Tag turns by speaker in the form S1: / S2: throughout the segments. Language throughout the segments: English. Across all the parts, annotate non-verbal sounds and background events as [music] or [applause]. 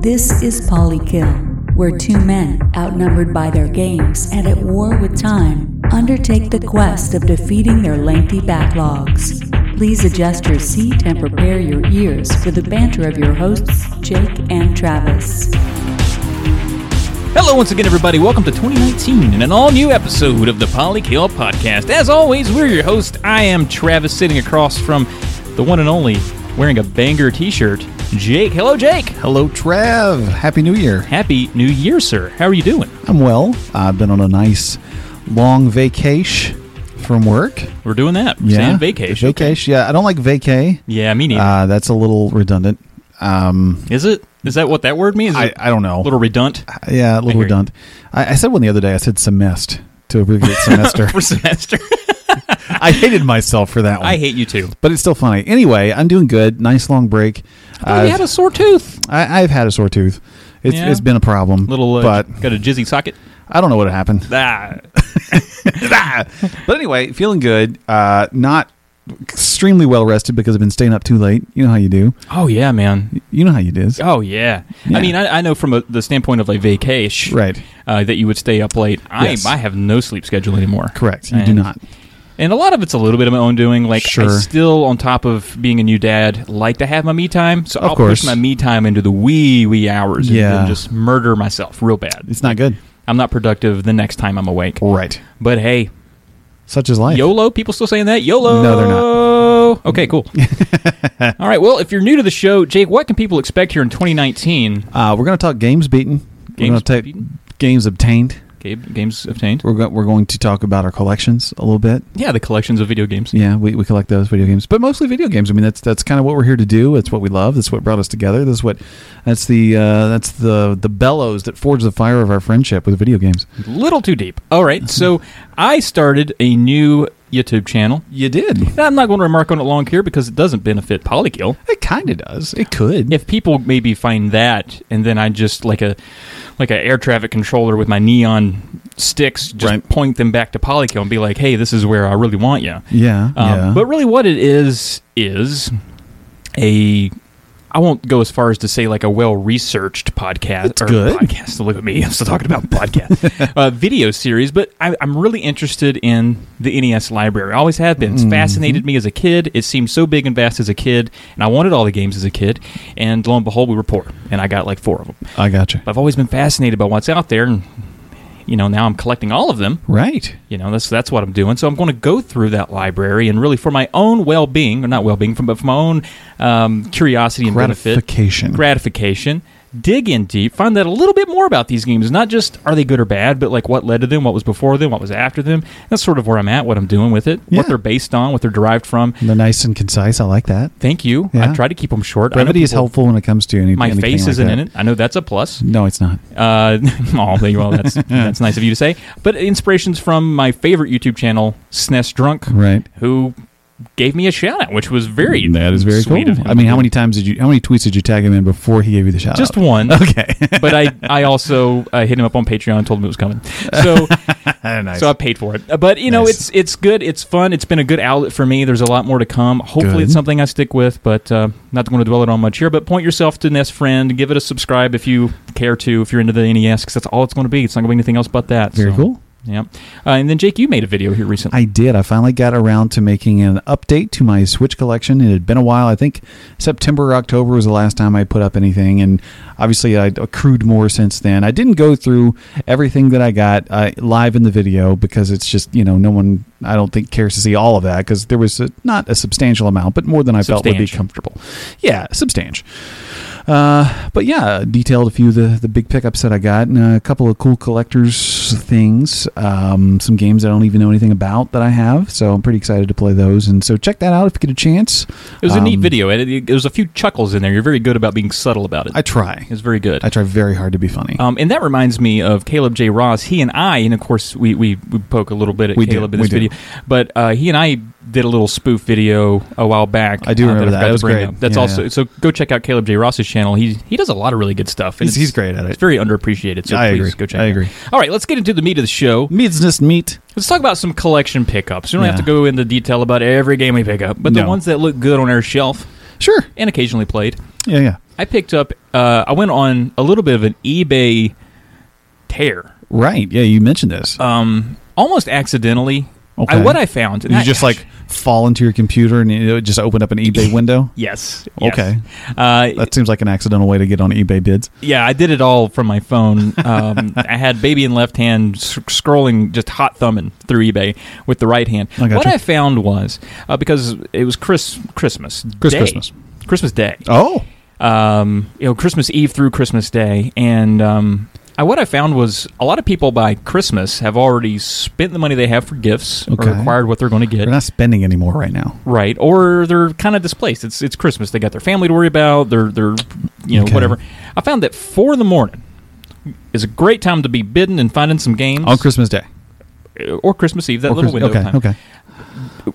S1: This is Polykill, where two men, outnumbered by their games and at war with time, undertake the quest of defeating their lengthy backlogs. Please adjust your seat and prepare your ears for the banter of your hosts, Jake and Travis.
S2: Hello, once again, everybody. Welcome to 2019 and an all new episode of the Polykill Podcast. As always, we're your host. I am Travis, sitting across from the one and only, wearing a banger t shirt, Jake. Hello, Jake.
S3: Hello, Trav. Happy New Year.
S2: Happy New Year, sir. How are you doing?
S3: I'm well. I've been on a nice long vacation from work.
S2: We're doing that. We're saying vacation.
S3: Vacation. Yeah, I don't like vacay.
S2: Yeah, me neither.
S3: Uh, that's a little redundant. Um,
S2: is it? Is that what that word means?
S3: I, I don't know.
S2: a little redundant
S3: yeah, a
S2: hear
S3: little
S2: you.
S3: redundant. I, I said one the other day. I said semest
S2: [laughs]
S3: to abbreviate
S2: [laughs]
S3: semester.
S2: for
S3: [laughs]
S2: semester.
S3: I hated myself for that one.
S2: I hate you too.
S3: but it's still funny. Anyway, I'm doing good. Nice long break.
S2: Oh, you
S3: I've,
S2: had a sore tooth.
S3: I, I've had a sore tooth. It's,
S2: Yeah.
S3: it's been a problem.
S2: Little, uh,
S3: but
S2: got a jizzy
S3: [laughs]
S2: socket.
S3: I don't know what happened.
S2: Ah,
S3: [laughs] But anyway, feeling good. Uh, not extremely well rested because I've been staying up too late. You know how you do.
S2: oh yeah, man.
S3: You know how you is.
S2: Oh yeah. I
S3: Yeah.
S2: mean, I, I know from a, the standpoint of like vacation,
S3: Right.
S2: Uh, that you would stay up late. I
S3: Yes.
S2: I have no sleep schedule anymore.
S3: Correct. You do
S2: And-
S3: not.
S2: And a lot of it's a little bit of my own doing. Like I
S3: Sure.
S2: still, on top of being a new dad, like to have my me time. So
S3: Of
S2: I'll
S3: course.
S2: push my me time into the wee wee hours.
S3: Yeah.
S2: And just murder myself real bad.
S3: It's not good.
S2: I'm not productive the next time I'm awake.
S3: Right.
S2: But hey,
S3: Such is life.
S2: YOLO. People still saying that YOLO.
S3: No, they're
S2: not. Okay,
S3: [laughs]
S2: cool. All right. Well, if you're new to the show, Jake, what can people expect here in 2019?
S3: Uh, we're going to talk games beaten.
S2: Games
S3: we're gonna
S2: beaten?
S3: Games obtained.
S2: Okay, games obtained.
S3: We're, go- we're going to talk about our collections a little bit.
S2: Yeah, the collections of video games.
S3: Yeah, we, we collect those video games, but mostly video games. I mean, that's that's kind of what we're here to do. It's what we love. That's what brought us together. That's what that's the uh, that's the the bellows that forged the fire of our friendship with video games.
S2: Little too deep. All
S3: [laughs]
S2: right. So I started a new YouTube channel.
S3: You [laughs] did.
S2: Now, I'm not going to remark on it long here because it doesn't benefit Polykill.
S3: It kind
S2: Mm.
S3: of does. It could.
S2: If people maybe find that, and then I just like a like an air traffic controller with my neon sticks, just
S3: Right.
S2: point them back to Polykill and be like, "Hey, this is where I really want you."
S3: yeah.
S2: Um,
S3: yeah.
S2: But really, what it is is a. I won't go as far as to say like a well-researched podcast
S3: It's good.
S2: podcast. Look at me, I'm still talking about
S3: [laughs]
S2: podcast uh, video series. But I, I'm really interested in the NES library. I always have been. It's
S3: Mm-hmm.
S2: fascinated me as a kid. It seemed so big and vast as a kid, and I wanted all the games as a kid. And lo and behold, we were poor, and I got like four of them.
S3: I gotcha.
S2: I've always been fascinated by what's out there, and you know now I'm collecting all of them.
S3: Right.
S2: You know, that's that's what I'm doing. So I'm going to go through that library and really, for my own well-being, or not well-being, from but for my own um, curiosity and
S3: Gratification.
S2: benefit, gratification, dig in deep, find out a little bit more about these games. Not just are they good or bad, but like what led to them, what was before them, what was after them. That's sort of where I'm at, what I'm doing with it,
S3: Yeah.
S2: what they're based on, what they're derived from.
S3: They're nice and concise. I like that.
S2: Thank you.
S3: Yeah.
S2: I try to keep them short. I know
S3: Brevity is
S2: people-
S3: helpful when it comes to any.
S2: My
S3: anything
S2: face
S3: like
S2: isn't
S3: that.
S2: in it. I know that's a plus.
S3: No, it's not.
S2: Uh, [laughs] oh, there you are.
S3: [laughs]
S2: That's that's nice of you to say. But inspirations from my favorite YouTube channel, SNES Drunk,
S3: Right.
S2: who gave me a shout out, which was very
S3: That is very
S2: sweet
S3: cool.
S2: of him.
S3: I mean, how many times did you? How many tweets did you tag him in before he gave you the shout? [laughs]
S2: Just
S3: out?
S2: one.
S3: Okay.
S2: but I I also uh, hit him up on Patreon and told him it was coming.
S3: [laughs]
S2: So
S3: nice.
S2: so I paid for it. Uh, But you know,
S3: Nice.
S2: it's it's good. It's fun. It's been a good outlet for me. There's a lot more to come. Hopefully,
S3: Good.
S2: it's something I stick with. But uh, not going to dwell it on much here. But point yourself to Nest Friend. Give it a subscribe if you care to. If you're into the NES, because that's all it's going to be. It's not going to be anything else but that.
S3: very
S2: So,
S3: cool.
S2: Yeah. Uh, and then Jake, you made a video here recently.
S3: I did. I finally got around to making an update to my Switch collection. It had been a while. I think September or October was the last time I put up anything, and obviously I accrued more since then. I didn't go through everything that I got uh, live in the video because it's just you know no one I don't think cares to see all of that because there was a, not a substantial amount, but more than I felt would be
S2: Substantial.
S3: comfortable. Yeah, substantial. Uh, but yeah, detailed a few of the, the big pickups that I got and a couple of cool collectors things. Um, some games I don't even know anything about that I have, so I'm pretty excited to play those. And so check that out if you get a chance.
S2: it was a neat
S3: um,
S2: video. It, it, there was a few chuckles in there. You're very good about being subtle about it.
S3: I try.
S2: it was very good.
S3: I try very hard to be funny.
S2: Um, and that reminds me of Caleb J. Ross. He and I, and of course, we, we, we poke a little bit at
S3: We do,
S2: Caleb in this
S3: we do.
S2: video, but uh, he and I did a little spoof video a while back.
S3: I do
S2: uh,
S3: remember
S2: I
S3: that.
S2: forgot
S3: That
S2: to
S3: was
S2: bring
S3: great.
S2: up. That's
S3: Yeah,
S2: also
S3: yeah.
S2: so. Go check out Caleb J. Ross's channel. He he does a lot of really good stuff. and
S3: He's- he's great at it.
S2: It's very underappreciated. So
S3: I
S2: please
S3: agree.
S2: Go check.
S3: I
S2: it out.
S3: agree.
S2: All right, let's get into the meat of the show.
S3: Meats just meat.
S2: Let's talk about some collection pickups. We don't have
S3: Yeah.
S2: to go into detail about every game we pick up, but the
S3: No.
S2: ones that look good on our shelf
S3: Sure.
S2: and occasionally played.
S3: Yeah, yeah.
S2: I picked up. Uh, I went on a little bit of an eBay tear,
S3: Right. Yeah, you mentioned this.
S2: um, almost accidentally.
S3: Okay.
S2: I, what I found, and
S3: you
S2: I-
S3: just like fall into your computer and it just opened up an eBay window.
S2: [laughs] yes, yes.
S3: Okay.
S2: Uh,
S3: That seems like an accidental way to get on eBay bids.
S2: Yeah, I did it all from my phone.
S3: [laughs]
S2: Um, I had baby in left hand, sc- scrolling, just hot thumbing through eBay with the right hand.
S3: I gotcha.
S2: What I found was uh, because it was Chris Christmas,
S3: Chris
S2: Day.
S3: Christmas.
S2: Christmas Day.
S3: Oh,
S2: Um, you know, Christmas Eve through Christmas Day, and um, I, what I found was a lot of people by Christmas have already spent the money they have for gifts
S3: Okay.
S2: or acquired what they're going to get.
S3: they're not spending anymore right now.
S2: Right, or they're kind of displaced. It's it's Christmas. They got their family to worry about. They're they're you know
S3: Okay.
S2: whatever. I found that four in the morning is a great time to be bidding and finding some games
S3: On Christmas Day.
S2: or Christmas Eve. That
S3: Or
S2: little
S3: Christ-
S2: window
S3: okay,
S2: of time.
S3: okay.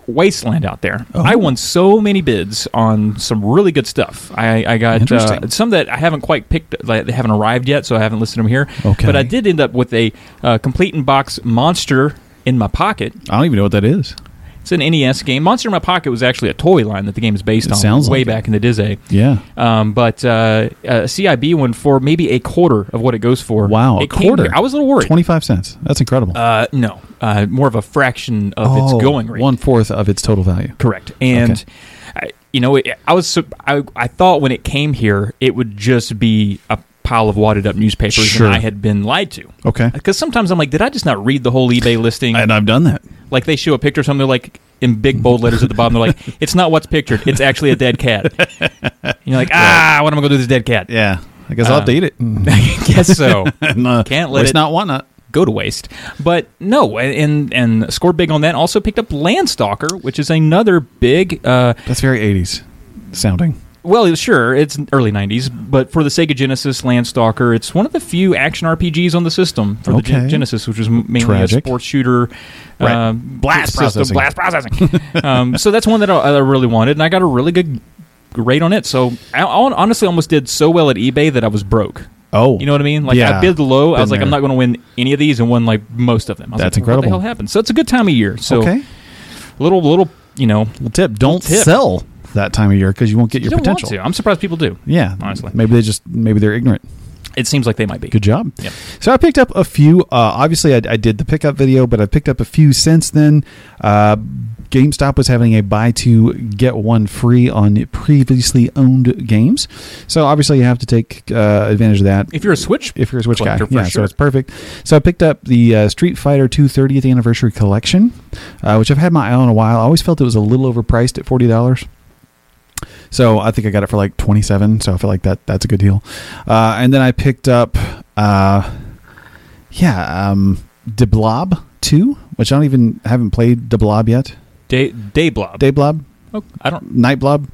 S2: Wasteland out there.
S3: Oh.
S2: I won so many bids on some really good stuff. I, I got uh,
S3: Interesting.
S2: some that I haven't quite picked. Like, they haven't arrived yet, so I haven't listed them here.
S3: Okay.
S2: But I did end up with a uh, complete in box monster in my pocket.
S3: I don't even know what that is.
S2: It's an NES game. Monster in My Pocket was actually a toy line that the game is based
S3: It
S2: on
S3: sounds
S2: way
S3: like it.
S2: back in the Dizay.
S3: Yeah.
S2: Um, but uh, a CIB went for maybe a quarter of what it goes for.
S3: Wow, a
S2: It came
S3: quarter.
S2: here- I was a little worried.
S3: 25 cents. That's incredible.
S2: Uh, no, uh, more of a fraction of
S3: Oh,
S2: its going rate.
S3: One fourth of its total value.
S2: Correct. And
S3: Okay.
S2: I, you know, it, I was sup- I, I thought when it came here, it would just be a pile of wadded up newspapers,
S3: Sure.
S2: and I had been lied to.
S3: Okay.
S2: Because sometimes I'm like, did I just not read the whole
S3: [laughs]
S2: eBay listing?
S3: And I've done that.
S2: like they show a picture of something they're like in big bold letters at the bottom they're like
S3: [laughs]
S2: it's not what's pictured it's actually a dead cat and you're like ah what am i going to do with this dead cat
S3: Yeah. I guess I'll
S2: Uh,
S3: have to eat it.
S2: [laughs] i guess
S3: [laughs]
S2: so
S3: and, uh,
S2: Can't let
S3: waste
S2: it-
S3: not, want not.
S2: go to waste but no and and scored big on that also picked up landstalker which is another big uh
S3: That's very 80s sounding.
S2: well it was- sure it's early 90s but for the sega genesis landstalker it's one of the few action rpgs on the system for the Gen-
S3: Okay.
S2: genesis which was m- mainly a
S3: Tragic.
S2: sports shooter
S3: Right.
S2: um,
S3: Blast processing.
S2: blast processing [laughs] um, so that's one that I, I really wanted and i got a really good rate on it so I, I hon- honestly almost did so well at ebay that i was broke
S3: Oh.
S2: you know what I mean? Like I
S3: Yeah.
S2: bid low. I
S3: Been
S2: was like, I'm not
S3: there.
S2: going to win any of these, and won like most of them. I was
S3: That's
S2: like, What the hell
S3: incredible.
S2: happened? So it's a good time of year. So
S3: Okay.
S2: little, little, you know,
S3: Well, tip. Don't
S2: tip.
S3: sell that time of year because you won't get
S2: you don't
S3: your potential.
S2: want to. I'm surprised people do.
S3: Yeah.
S2: honestly,
S3: Maybe they just, maybe they're ignorant.
S2: it seems like they might be.
S3: Good job.
S2: Yep.
S3: So I picked up a few. Uh, obviously, I, I did the pickup video, but I picked up a few since then. Uh, GameStop was having a buy two get one free on previously owned games, so obviously you have to take uh, advantage of that.
S2: If you're a Switch,
S3: if you're a Switch guy,
S2: collector, for
S3: yeah,
S2: sure.
S3: so it's perfect. So I picked up the uh, Street Fighter 2 30th Anniversary Collection, uh, which I've had my eye on a while. I always felt it was a little overpriced at forty dollars. So I think I got it for like twenty seven. So I feel like that that's a good deal. Uh, and then I picked up, uh, yeah, um, De Blob two, which I don't even haven't played De Blob yet.
S2: Day Day Blob.
S3: Day Blob,
S2: Oh, I don't.
S3: Night Blob,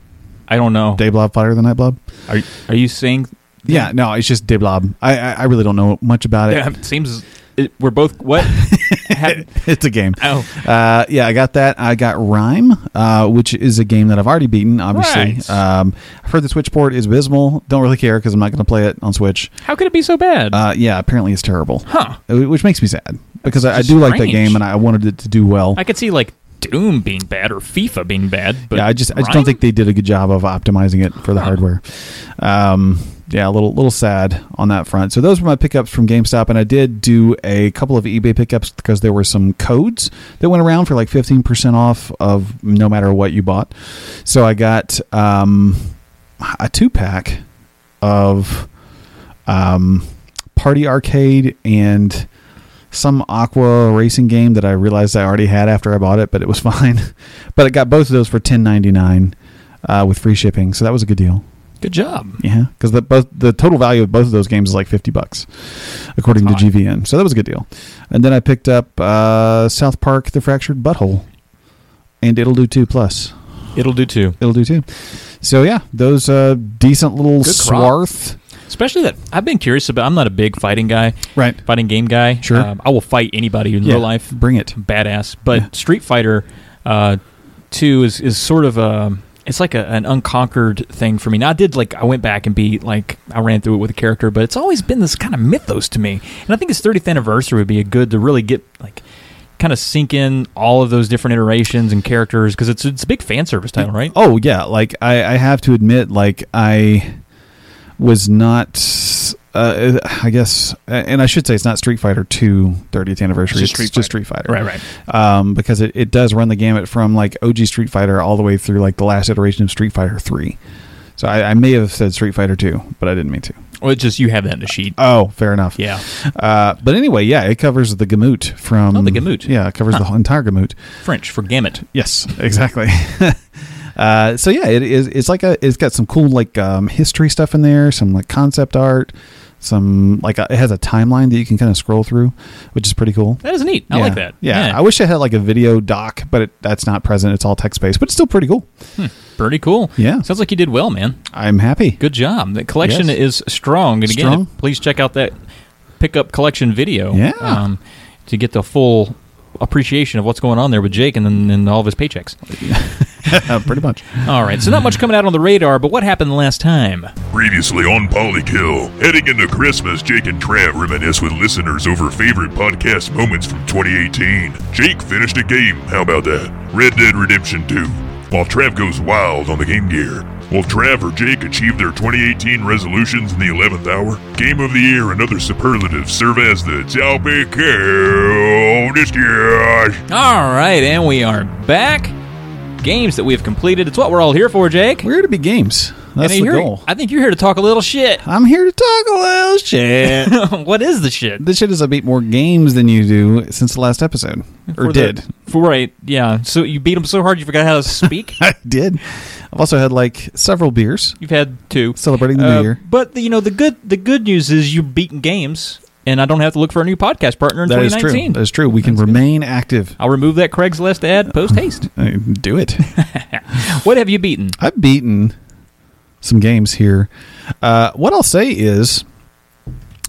S2: I don't know.
S3: Day Blob, Fighter of the Night Blob.
S2: Are Are you saying?
S3: Yeah, no, it's just De Blob. I, I I really don't know much about it.
S2: Yeah, it seems it, we're both what? Ha-
S3: [laughs] It's a game.
S2: oh,
S3: Uh, yeah, I got that. I got Rhyme, uh, which is a game that I've already beaten, obviously.
S2: Right.
S3: Um, I've heard the Switch port is abysmal. Don't really care because I'm not going to play it on Switch.
S2: how could it be so bad?
S3: Uh, yeah, apparently it's terrible,
S2: huh?
S3: Uh, which makes me sad because I, I
S2: That's
S3: do like that
S2: strange.
S3: game and I wanted it to do well.
S2: I could see like Doom being bad or FIFA being bad, but
S3: yeah, I just I just don't
S2: Rhyme?
S3: think they did a good job of optimizing it for the
S2: Huh.
S3: hardware. Um, yeah, a little little sad on that front. So those were my pickups from GameStop, and I did do a couple of eBay pickups because there were some codes that went around for like fifteen percent off of no matter what you bought. So I got um, a two pack of um, Party Arcade and some Aqua racing game that I realized I already had after I bought it, but it was [laughs] fine. but I got both of those for ten ninety nine uh, with free shipping, so that was a good deal.
S2: good job.
S3: Yeah, because the both the total value of both of those games is like fifty bucks, according to
S2: That's high.
S3: GVN. So that was a good deal. And then I picked up uh, South Park: The Fractured Butthole, and it'll do two plus.
S2: It'll do too.
S3: It'll do two. So yeah, those uh, decent little
S2: Good crop.
S3: swarth.
S2: Especially that I've been curious about. I'm not a big fighting guy,
S3: Right.
S2: fighting game guy.
S3: Sure.
S2: um, I will fight anybody in
S3: Yeah,
S2: real life.
S3: Bring it.
S2: badass. But
S3: Yeah.
S2: Street Fighter uh, Two is is sort of a it's like a, an unconquered thing for me. Now I did like I went back and beat like I ran through it with a character, but it's always been this kind of mythos to me. And I think its 30th anniversary would be a good to really get like kind of sink in all of those different iterations and characters because it's it's a big fan service title, right?
S3: Oh yeah, like I, I have to admit, like I was not. Uh, I guess, and I should say it's not Street Fighter 2 30th anniversary.
S2: It's just Street
S3: Street Fighter,
S2: Right, right.
S3: Um, because it, it does run the gamut from like OG Street Fighter all the way through like the last iteration of Street Fighter 3. So I, I may have said Street Fighter 2, but I didn't mean to.
S2: Or it's just you have that in the sheet.
S3: Oh, fair enough.
S2: Yeah.
S3: Uh, but anyway, yeah, it covers the gamut from
S2: Oh, the gamut.
S3: Yeah, it covers the whole entire gamut.
S2: French for gamut.
S3: Yes, exactly. [laughs] uh, so yeah, it is. It's like a. It's got some cool like um, history stuff in there, some like concept art, some like a, it has a timeline that you can kind of scroll through, which is pretty cool.
S2: That is neat. I
S3: yeah.
S2: like that.
S3: Yeah. I wish I had like a video doc, but it, that's not present. It's all text based, but it's still pretty cool.
S2: Pretty cool.
S3: Yeah.
S2: Sounds like you did well, man. [laughs]
S3: I'm happy.
S2: Good job. The collection
S3: Yes.
S2: is strong. And again,
S3: Strong.
S2: please check out that pickup collection video.
S3: Yeah.
S2: Um, to get the full appreciation of what's going on there with Jake and then and all of his paychecks.
S3: uh, pretty much.
S2: All right. So not much coming out on the radar, but what happened last time?
S4: Previously on Polykill, heading into Christmas, Jake and Trav reminisce with listeners over favorite podcast moments from 2018. Jake finished a game, how about that? Red Dead Redemption 2, while Trav goes wild on the Game Gear. Will Trav or Jake achieve their 2018 resolutions in the 11th hour? Game of the Year and other superlatives serve as the topic of this year.
S2: All right, and we are back. Games that we have completed. It's what we're all here for, Jake.
S3: We're here to be games. That's
S2: And
S3: the
S2: you're-
S3: goal.
S2: I think you're here to talk a little shit. [laughs]
S3: I'm here to talk a little shit. [laughs]
S2: what is the shit?
S3: this shit is I beat more games than you do since the last episode, or
S2: For the-
S3: did. [laughs]
S2: for- right? Yeah. So you beat them so hard you forgot how to
S3: [laughs]
S2: speak.
S3: I did. I've also had like several beers.
S2: You've had two
S3: Celebrating the new year.
S2: Uh, But the, you know the good the good news is you've beaten games, and I don't have to look for a new podcast partner in
S3: That is true.
S2: 2019.
S3: That is true. We can remain active.
S2: I'll remove that Craigslist ad post
S3: [laughs]
S2: haste.
S3: Uh, Do it.
S2: what have you beaten?
S3: I've beaten some games here. Uh, what I'll say is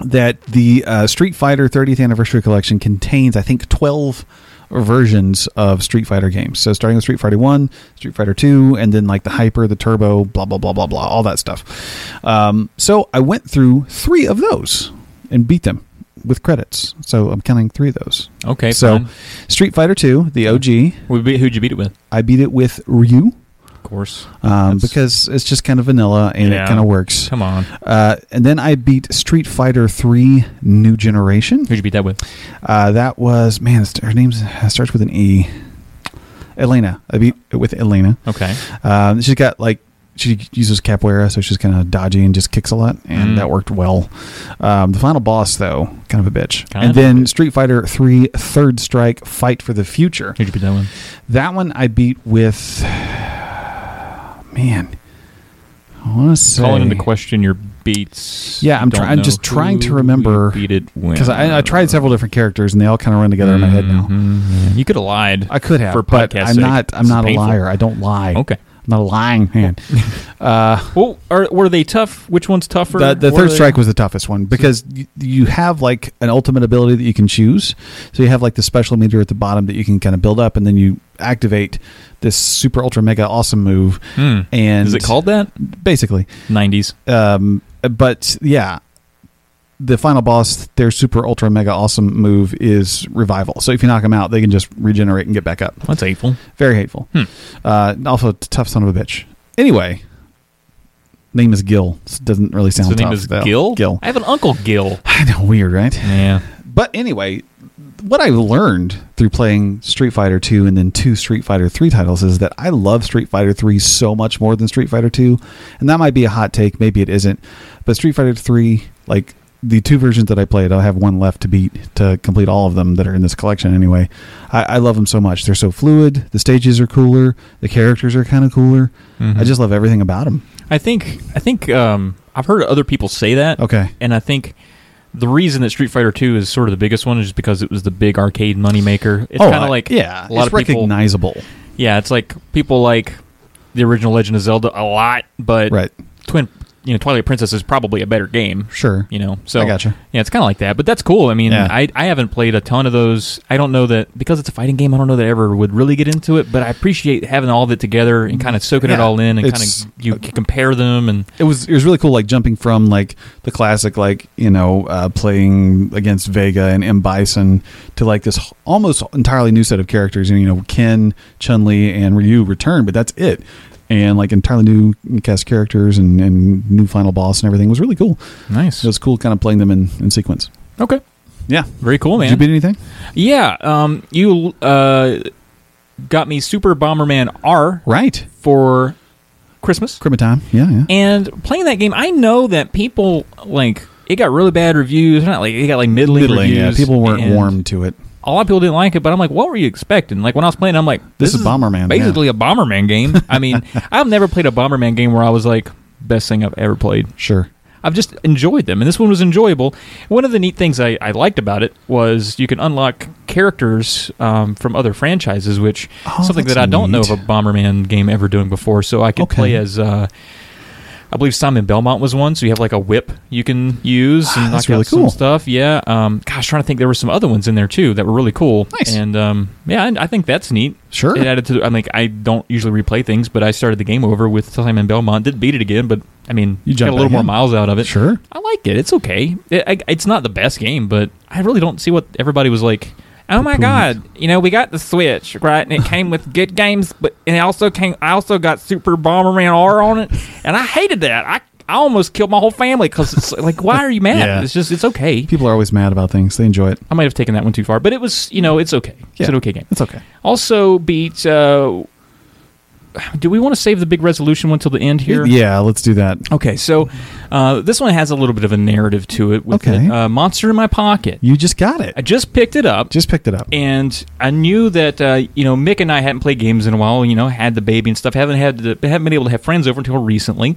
S3: that the uh, Street Fighter 30th Anniversary Collection contains, I think, 12 versions of Street Fighter games. So starting with Street Fighter 1, Street Fighter 2, and then like the Hyper, the Turbo, blah, blah, blah, blah, blah, all that stuff. Um, so I went through three of those and beat them with credits. So I'm counting three of those.
S2: Okay,
S3: so
S2: fine.
S3: Street Fighter 2, the OG,
S2: We beat- Who'd you beat it with?
S3: I beat it with Ryu
S2: Of course.
S3: um, because it's just kind of vanilla and
S2: Yeah.
S3: it kind of works.
S2: Come on.
S3: Uh, and then I beat Street Fighter Three New Generation.
S2: Who'd you beat that with?
S3: Uh, that was man, it's- her name starts with an E. Elena. I beat it with Elena.
S2: Okay.
S3: Um, she's got like she uses capoeira, so she's kind of dodgy and just kicks a lot, and
S2: Mm.
S3: that worked well. Um, the final boss, though, kind of a bitch.
S2: Kind of
S3: and then Street Fighter Three Third Strike Fight for the Future.
S2: Who'd you beat that with?
S3: That one I beat with. Man, I want to say
S2: calling into question your beats.
S3: Yeah, I'm
S2: Don't
S3: try- I'm
S2: know
S3: just trying to
S2: who
S3: remember-
S2: you beat it when.
S3: because I, I tried several different characters and they all kind of run together in my head now.
S2: Mhm. You could have lied.
S3: I could have,
S2: for
S3: but
S2: podcast
S3: I'm
S2: sake.
S3: not. I'm
S2: This is
S3: not a
S2: painful.
S3: liar. I don't lie.
S2: Okay.
S3: I'm not a lying
S2: [laughs]
S3: man. Uh,
S2: Well, are, were they tough? Which one's tougher?
S3: the, the
S2: Were
S3: third
S2: they-
S3: strike was the toughest one because you, you have like an ultimate ability that you can choose. So you have like the special meter at the bottom that you can kind of build up, and then you activate this super ultra mega awesome move.
S2: Hmm.
S3: And
S2: Is it called that?
S3: basically?
S2: 90s.
S3: um, but yeah the final boss their super ultra mega awesome move is revival so if you knock them out they can just regenerate and get back up
S2: That's hateful.
S3: very hateful
S2: Hmm.
S3: uh, also t- tough son of a bitch anyway name is gil doesn't really sound
S2: His name
S3: tough,
S2: is
S3: though.
S2: Gil.
S3: gil
S2: I have an uncle Gil.
S3: i know weird right
S2: Yeah.
S3: but anyway what i learned through playing street fighter 2 and then two street fighter 3 titles is that i love street fighter 3 so much more than street fighter 2 and that might be a hot take maybe it isn't but street fighter 3 like the two versions that i played i'll have one left to beat to complete all of them that are in this collection anyway i, I love them so much they're so fluid the stages are cooler the characters are kind of cooler
S2: Mm-hmm.
S3: i just love everything about them
S2: I think I think um, I've heard other people say that.
S3: Okay.
S2: And I think the reason that Street Fighter 2 is sort of the biggest one is just because it was the big arcade moneymaker. It's kind
S3: Oh, I-
S2: of like
S3: yeah
S2: a lot
S3: it's
S2: of people
S3: recognizable
S2: Yeah, it's like people like the original Legend of Zelda a lot, but
S3: Right.
S2: Twin, you know, Twilight Princess is probably a better game.
S3: Sure.
S2: you know, so
S3: I gotcha.
S2: Yeah, it's kind of like that, but that's cool. I mean,
S3: Yeah.
S2: I I haven't played a ton of those. I don't know that because it's a fighting game. I don't know that I ever would really get into it, but I appreciate having all of it together and kind of soaking it
S3: Yeah,
S2: all in and kind
S3: it's-
S2: of you can compare them and
S3: it was it was really cool like jumping from like the classic like you know uh, playing against Vega and M Bison to like this h- almost entirely new set of characters and you know Ken Chun Li and Ryu return but that's it and like entirely new cast characters and, and new final boss and everything It was really cool.
S2: Nice.
S3: It was cool kind of playing them in, in sequence.
S2: Okay.
S3: Yeah.
S2: Very cool, man.
S3: Did you beat anything?
S2: yeah. Um, you uh, got me Super Bomberman R
S3: Right.
S2: for Christmas.
S3: Crib time. Yeah, yeah.
S2: And playing that game, I know that people like it got really bad reviews. Not like it got like middling,
S3: Middling, yeah.
S2: reviews.
S3: People weren't
S2: and
S3: warm to it.
S2: A lot of people didn't like it, but I'm like, what were you expecting? Like when I was playing, I'm like,
S3: This is Bomberman,
S2: basically a Bomberman game. I
S3: [laughs]
S2: mean, I've never played a Bomberman game where I was like, best thing I've ever played.
S3: Sure.
S2: I've just enjoyed them, and this one was enjoyable. One of the neat things I, I liked about it was you can unlock characters um, from other franchises, which
S3: Oh,
S2: something
S3: that's
S2: that I don't know
S3: neat.
S2: of a Bomberman game ever doing before. So I could
S3: Okay.
S2: play as. Uh, I believe Simon Belmont was one. So you have like a whip you can use and
S3: Ah, that's
S2: knock
S3: really
S2: out some
S3: cool.
S2: stuff. Yeah. Um, gosh, trying to think, there were some other ones in there too that were really cool.
S3: Nice.
S2: And um, yeah, I, I think that's neat.
S3: Sure.
S2: It added to. I mean, I don't usually replay things, but I started the game over with Simon Belmont. Didn't beat it again, but I mean,
S3: You
S2: got
S3: jumped
S2: a little
S3: back
S2: more
S3: in.
S2: miles out of it.
S3: Sure.
S2: I like it. It's okay. It, I, it's not the best game, but I really don't see what everybody was like. Oh my god! You know, we got the Switch right, and it came with good games, but and it also came. I also got Super Bomberman R on it, and I hated that. I I almost killed my whole family because it's [laughs] like, why are you mad?
S3: Yeah.
S2: It's just it's okay.
S3: People are always mad about things. They enjoy it.
S2: I might have taken that one too far, but it was you know it's okay.
S3: Yeah.
S2: It's an okay game.
S3: It's okay.
S2: Also beat. Uh, do we want to save the big resolution one till the end here?
S3: Yeah, let's do that.
S2: Okay, so uh, this one has a little bit of a narrative to it. With
S3: Okay.
S2: it. Uh, Monster in My Pocket.
S3: You just got it.
S2: I just picked it up,
S3: just picked it up.
S2: and I knew that uh, you know Mick and I hadn't played games in a while. You know, had the baby and stuff. Haven't had the, haven't been able to have friends over until recently.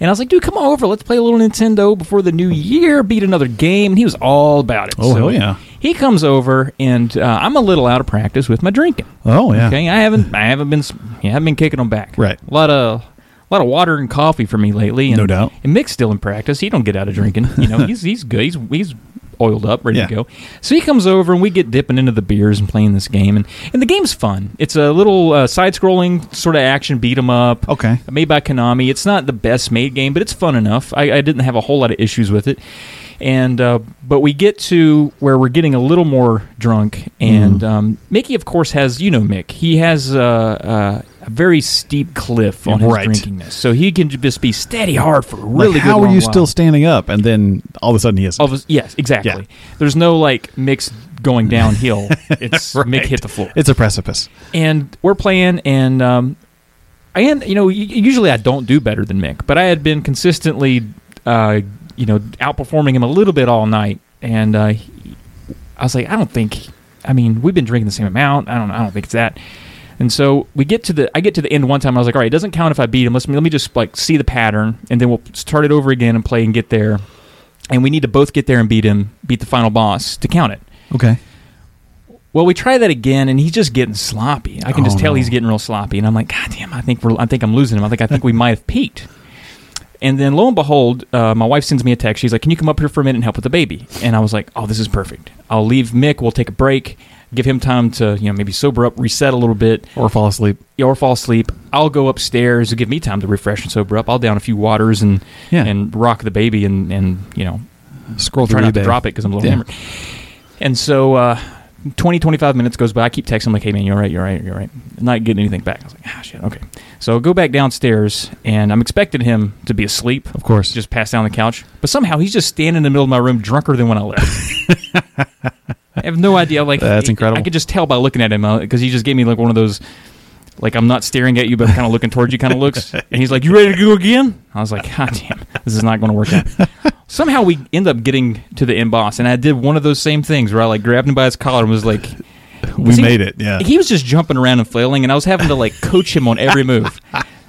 S2: And I was like, dude, come over. Let's play a little Nintendo before the new year. Beat another game. And he was all about it.
S3: Oh, hell yeah.
S2: He comes over, and uh, I'm a little out of practice with my drinking.
S3: oh yeah.
S2: Okay, I haven't I haven't been yeah, I haven't been kicking them back.
S3: Right.
S2: a lot of a lot of water and coffee for me lately. And,
S3: No doubt.
S2: And Mick's still in practice. He don't get out of drinking. You
S3: [laughs]
S2: know, he's he's good. He's he's oiled up, ready
S3: Yeah.
S2: to go. So he comes over and we get dipping into the beers and playing this game. And and the game's fun. It's a little uh, side-scrolling sort of action beat 'em up.
S3: Okay.
S2: Made by Konami. It's not the best made game, but it's fun enough. I, I didn't have a whole lot of issues with it. And uh, but we get to where we're getting a little more drunk,
S3: Mm.
S2: and um, Mickey, of course, has you know Mick. He has uh, uh, a very steep cliff on his
S3: Right.
S2: drinkingness, so he can just be steady hard for a
S3: Like,
S2: really. good
S3: how are
S2: long
S3: you
S2: while.
S3: still standing up? And then all of a sudden he is.
S2: All of us- yes, exactly.
S3: Yeah.
S2: There's no like mix going
S3: [laughs]
S2: downhill. It's Mick
S3: Right.
S2: hit the floor
S3: It's a precipice.
S2: and we're playing and um and you know u- usually I don't do better than Mick, but I had been consistently uh you know outperforming him a little bit all night and uh he- I was like I don't think I mean we've been drinking the same amount. I don't I don't think it's that. And so we get to the I get to the end one time I was like all right, it doesn't count if I beat him. Let's let me just like see the pattern and then we'll start it over again and play and get there. And we need to both get there and beat him, beat the final boss to count it.
S3: Okay.
S2: Well, we try that again, and he's just getting sloppy. I can just
S3: Oh,
S2: tell
S3: no.
S2: he's getting real sloppy, and I'm like, God damn! I think we're, I think I'm losing him. I think I think we [laughs] might have peaked. And then lo and behold, uh, my wife sends me a text. She's like, "Can you come up here for a minute and help with the baby?" And I was like, "Oh, this is perfect. I'll leave Mick. We'll take a break, give him time to you know maybe sober up, reset a little bit,
S3: Or fall asleep.
S2: or fall asleep. I'll go upstairs. It'll give me time to refresh and sober up. I'll down a few waters and
S3: Yeah.
S2: and rock the baby and and you know
S3: Scroll
S2: try
S3: through
S2: not to
S3: eBay.
S2: drop it because I'm a little
S3: Yeah.
S2: hammered. And so uh, 20, 25 minutes goes by. I keep texting. I'm like, hey, man, you're right, you're right, you're right. Not getting anything back. I was like, ah, shit, okay. So I go back downstairs, and I'm expecting him to be asleep.
S3: Of course.
S2: Just pass down the couch. But somehow he's just standing in the middle of my room drunker than when I left.
S3: [laughs]
S2: I have no idea. Like
S3: That's
S2: I-
S3: incredible.
S2: I could just tell by looking at him because he just gave me like one of those, like I'm not staring at you but kind of looking towards you kind of looks. And he's like, "You ready to go again?" I was like, "God damn, this is not going to work out." Somehow we end up getting to the end boss, and I did one of those same things where I like grabbed him by his collar and was like,
S3: [laughs] we
S2: See,
S3: made it. Yeah.
S2: He was just jumping around and flailing, and I was having to like coach him on every
S3: [laughs]
S2: move.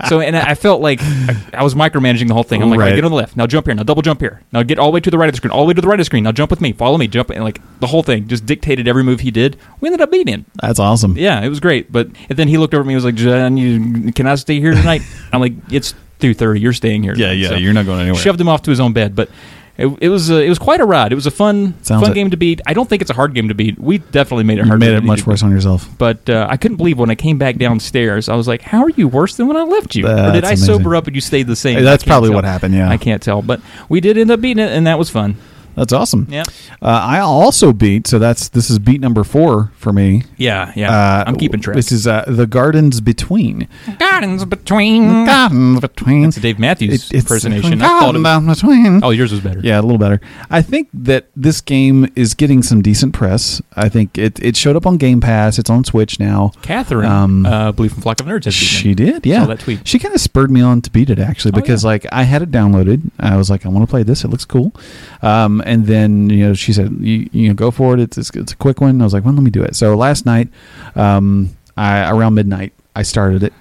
S2: So, and I felt like I, I was micromanaging the whole thing. I'm like, all right,
S3: Right.
S2: get on the left. Now jump here. Now double jump here. Now get all the way to the right of the screen. All the way to the right of the screen. Now jump with me. Follow me. Jump. And like the whole thing just dictated every move he did. We ended up beating him.
S3: That's awesome.
S2: Yeah, it was great. But and then he looked over at me and was like, John, you, can I stay here
S3: [laughs]
S2: tonight? I'm like, it's 2.30. You're staying here.
S3: Yeah,
S2: tonight."
S3: yeah,
S2: So
S3: you're not going anywhere.
S2: Shoved him off to his own bed. But it, it was uh, it was quite a ride. It was a fun,
S3: Sounds
S2: fun
S3: it.
S2: game to beat. I don't think it's a hard game to beat. We definitely made it
S3: You
S2: harder.
S3: made
S2: than
S3: it
S2: needed
S3: much
S2: to
S3: worse on yourself.
S2: but uh, I couldn't believe when I came back downstairs, I was like, "How are you worse than when I left you? or did
S3: That's
S2: I
S3: amazing.
S2: sober up and you stayed the same?"
S3: Hey, that's
S2: I can't
S3: probably
S2: tell.
S3: what happened, yeah.
S2: I can't tell, but we did end up beating it, and that was fun.
S3: That's awesome.
S2: Yeah.
S3: Uh, I also beat. So that's this is beat number four for me.
S2: Yeah, yeah.
S3: Uh,
S2: I'm keeping track.
S3: This is uh, the Gardens Between.
S2: Gardens between.
S3: Gardens Between.
S2: Mm-hmm. That's a Dave Matthews impersonation. I thought it
S3: Gardens Between.
S2: Oh, yours was better.
S3: Yeah, a little better. I think that this game is getting some decent press. I think it it showed up on Game Pass. It's on Switch now.
S2: Catherine,
S3: Um,
S2: uh, Blue from Flock of Nerds. has
S3: She
S2: beaten.
S3: did, yeah.
S2: Saw that tweet.
S3: She kind of spurred me on to beat it actually
S2: Oh,
S3: because
S2: yeah.
S3: like I had it downloaded. I was like, I want to play this. It looks cool. Um, and then you know she said, you, you know, go for it. It's, it's it's a quick one. I was like, well, let me do it. So last night, um, I around midnight, I started it.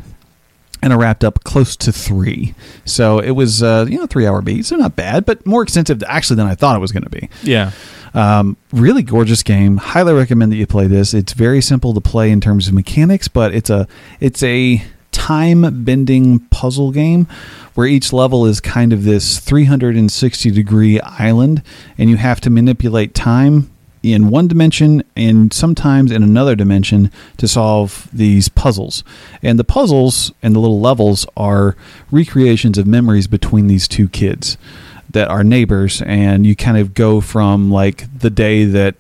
S3: And I wrapped up close to three, so it was uh, you know three hour beat, so not bad, but more extensive actually than I thought it was going to be.
S2: Yeah.
S3: Um, really gorgeous game. Highly recommend that you play this. It's very simple to play in terms of mechanics, but it's a it's a time bending puzzle game where each level is kind of this 360 degree island, and you have to manipulate time in one dimension and sometimes in another dimension to solve these puzzles. And the puzzles and the little levels are recreations of memories between these two kids that are neighbors and you kind of go from like the day that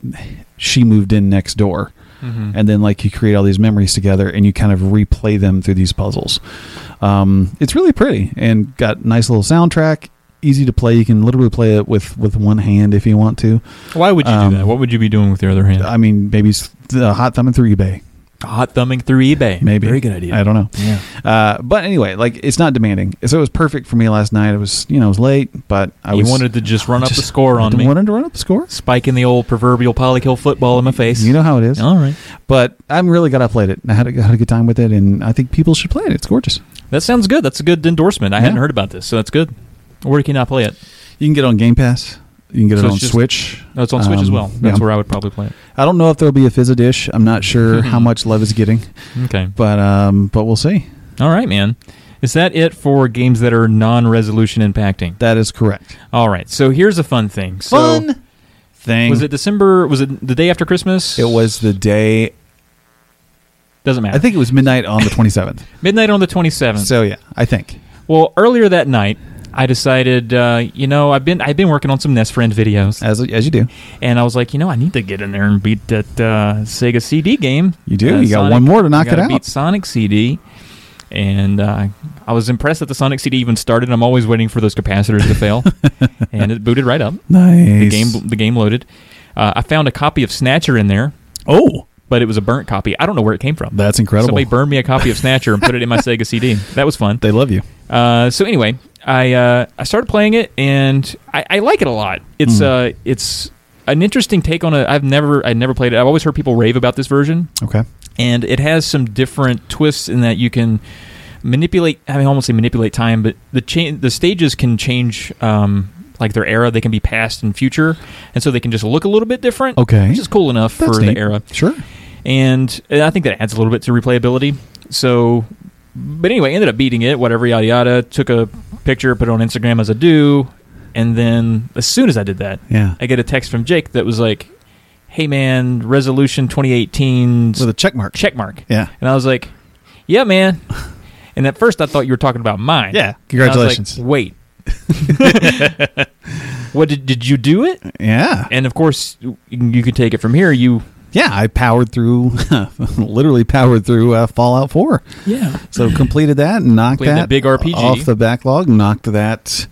S3: she moved in next door
S2: Mm-hmm.
S3: and then like you create all these memories together and you kind of replay them through these puzzles um, it's really pretty and got nice little soundtrack easy to play you can literally play it with with one hand if you want to
S2: Why would you
S3: Um,
S2: do that? What would you be doing with your other hand?
S3: i mean maybe it's the hot thumbing through ebay
S2: Hot thumbing through eBay.
S3: maybe
S2: Very good idea.
S3: i don't know
S2: yeah.
S3: uh, but anyway like it's not demanding so it was perfect for me last night it was you know it was late but i
S2: you
S3: was
S2: wanted to just run up the
S3: just-
S2: score on me.
S3: wanted to run up the score
S2: Spiking the old proverbial polykill football in my face.
S3: you know how it is
S2: All right.
S3: But I'm really glad I played it. and I had a, had a good time with it, and I think people should play it. It's gorgeous.
S2: That sounds good. That's a good endorsement. I hadn't
S3: Yeah.
S2: heard about this, so that's good. Where can I play it?
S3: You can get it on Game Pass. You can get
S2: So
S3: it
S2: it's
S3: on
S2: just-
S3: Switch.
S2: No, Oh, it's on Switch
S3: Um,
S2: as well. That's
S3: yeah.
S2: where I would probably play it.
S3: I don't know if there'll be a Fizz dish. I'm
S2: [laughs]
S3: not sure how much love is getting,
S2: Okay.
S3: but um, but we'll see.
S2: All right, man. Is that it for games that are non-resolution impacting?
S3: That is correct.
S2: All right. So here's a fun thing. So
S3: Fun thing.
S2: Was it December? Was it the day after Christmas?
S3: It was the day.
S2: Doesn't matter.
S3: I think it was midnight
S2: [laughs]
S3: on the 27th.
S2: midnight on the 27th.
S3: so yeah, I think.
S2: well, earlier that night, I decided, uh, you know, I've been I've been working on some Nest Friend videos,
S3: As as you do,
S2: and I was like, you know, I need to get in there and beat that uh, Sega CD game.
S3: You do.
S2: Uh,
S3: You got
S2: Sonic-
S3: one more to knock
S2: I gotta
S3: it out.
S2: Beat Sonic CD. And uh, I was impressed that the Sonic CD even started. I'm always waiting for those capacitors to
S3: [laughs]
S2: fail, and it booted right up.
S3: nice.
S2: The game, the game loaded. Uh, I found a copy of Snatcher in there,
S3: Oh,
S2: but it was a burnt copy. I don't know where it came from.
S3: that's incredible.
S2: Somebody burned me a copy of Snatcher and put
S3: [laughs]
S2: it in my Sega CD. That was fun.
S3: they love you.
S2: Uh, so anyway, I uh, I started playing it and I, I like it a lot. It's
S3: Mm.
S2: uh it's an interesting take on a. I've never I never played it. I've always heard people rave about this version,
S3: Okay.
S2: and it has some different twists in that you can manipulate. I mean, I almost say manipulate time, but the cha- the stages can change. Um, like their era, they can be past and future, and so they can just look a little bit different.
S3: Okay.
S2: which is cool enough
S3: That's
S2: for
S3: neat.
S2: the era
S3: Sure.
S2: and I think that adds a little bit to replayability. So, but anyway, ended up beating it. Whatever, yada yada. Took a picture, put it on Instagram as I do, and then as soon as I did that,
S3: Yeah.
S2: I get a text from Jake that was like, "Hey man, resolution 2018
S3: With a check mark.
S2: check mark."
S3: Yeah.
S2: and I was like, "Yeah man." And at first, I thought you were talking about mine.
S3: Yeah.
S2: And I was like,
S3: Congratulations. [laughs]
S2: Wait. what did did you do it?
S3: Yeah.
S2: And of course, you can you can take it from here. You
S3: Yeah, I powered through, [laughs] literally powered through uh, Fallout 4.
S2: yeah.
S3: So completed that and knocked
S2: Completed
S3: that,
S2: that big RPG.
S3: off the backlog, knocked that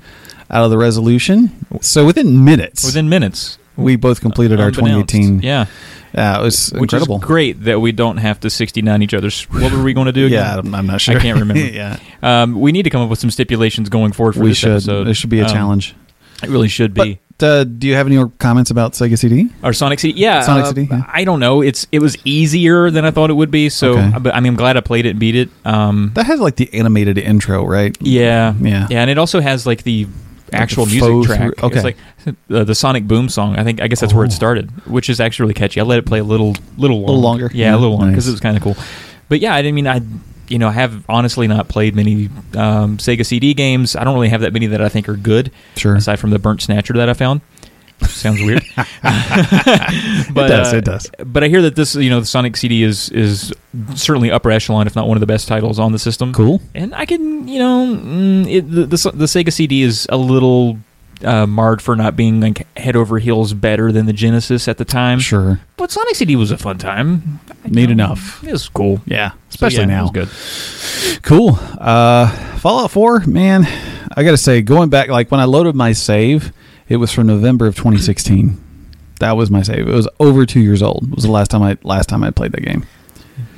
S3: out of the resolution. So within minutes,
S2: within minutes.
S3: we both completed our
S2: Unbeknownst.
S3: 2018.
S2: Yeah,
S3: uh, it was
S2: which
S3: incredible.
S2: is great that we don't have to 69 each other's. What were we going to do?
S3: Yeah,
S2: again?
S3: I'm, I'm not sure.
S2: I can't remember.
S3: [laughs] yeah,
S2: Um, we need to come up with some stipulations going forward for
S3: we
S2: this
S3: should.
S2: episode.
S3: There should be a
S2: Um,
S3: challenge.
S2: It really should
S3: But
S2: be.
S3: uh, do you have any more comments about Sega CD?
S2: Or Sonic City, yeah.
S3: Sonic
S2: uh,
S3: City, yeah.
S2: I don't know. It's it was easier than I thought it would be. So,
S3: Okay.
S2: but I mean, I'm glad I played it and beat it. Um,
S3: That had like the animated intro, right?
S2: yeah,
S3: Yeah.
S2: yeah. And it also has like the actual
S3: the
S2: music
S3: faux
S2: track.
S3: through-
S2: It's
S3: okay.
S2: like uh, the Sonic Boom song. I think I guess that's where
S3: Oh.
S2: it started, which is actually really catchy. I let it play a little little
S3: little longer?
S2: Yeah,
S3: Yeah,
S2: a little longer because
S3: nice.
S2: it was kind of cool. But yeah, I didn't mean I. You know, I have honestly not played many um, Sega CD games. I don't really have that many that I think are good.
S3: Sure.
S2: Aside from the Burnt Snatcher that I found. Sounds
S3: [laughs]
S2: weird. [laughs] but, uh,
S3: does, it does.
S2: But I hear that this, you know, the Sonic CD is is certainly upper echelon, if not one of the best titles on the system.
S3: Cool.
S2: And I can, you know, mm, it, the, the the Sega CD is a little uh, marred for not being like head over heels better than the Genesis at the time.
S3: Sure.
S2: But Sonic CD was a fun time.
S3: Neat enough.
S2: It was cool.
S3: Yeah,
S2: So,
S3: especially
S2: yeah,
S3: now.
S2: It was good.
S3: Cool. Uh, Fallout 4, man, I got to say, going back, like when I loaded my save, it was from November of 2016. That was my save. It was over two years old. It was the last time I last time I played that game.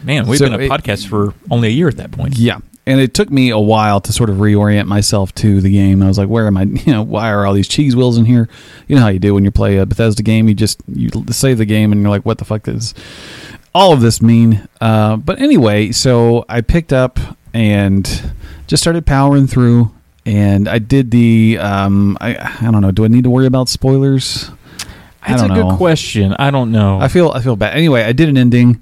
S2: Man, we've
S3: So
S2: been a
S3: it-
S2: podcast for only a year at that point.
S3: Yeah. And it took me a while to sort of reorient myself to the game. I was like, where am I? [laughs] You know, why are all these cheese wheels in here? You know how you do when you play a Bethesda game. You just you save the game and you're like, what the fuck does all of this mean? Uh, but anyway, so I picked up and just started powering through. And I did the, um, I, I don't know, do I need to worry about spoilers? I
S2: That's
S3: don't
S2: a
S3: know.
S2: good question. I don't know.
S3: I feel I feel bad. Anyway, I did an ending,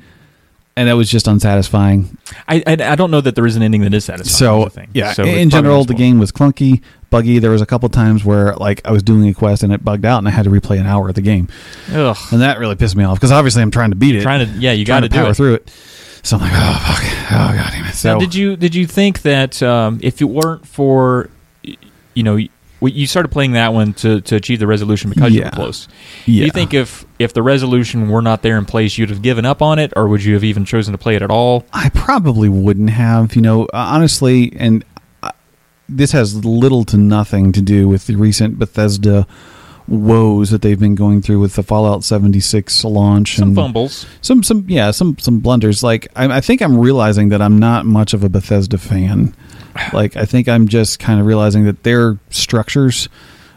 S3: and that was just unsatisfying.
S2: I, I I don't know that there is an ending that is satisfying. is
S3: so
S2: the thing.
S3: yeah
S2: So
S3: in,
S2: it's probably
S3: in general
S2: not
S3: the
S2: spoiled.
S3: game was clunky buggy there was a couple times where like i was doing a quest and it bugged out and i had to replay an hour of the game
S2: Ugh.
S3: and that really pissed me off because obviously i'm trying to beat it
S2: Trying to yeah, you got
S3: trying
S2: to
S3: to
S2: do
S3: power
S2: it.
S3: through it so i'm like oh fuck oh god damn it so
S2: Now, did you did you think that um, if it weren't for y- you know y- you started playing that one to, to achieve the resolution because you were
S3: Yeah.
S2: close? Do
S3: yeah.
S2: you think if if the resolution were not there in place, you'd have given up on it, or would you have even chosen to play it at all?
S3: I probably wouldn't have, you know, uh, honestly, and I- this has little to nothing to do with the recent Bethesda woes that they've been going through with the Fallout 76 launch
S2: Some
S3: and
S2: fumbles.
S3: some some yeah some some blunders like I, I think i'm realizing that i'm not much of a bethesda fan like i think i'm just kind of realizing that their structures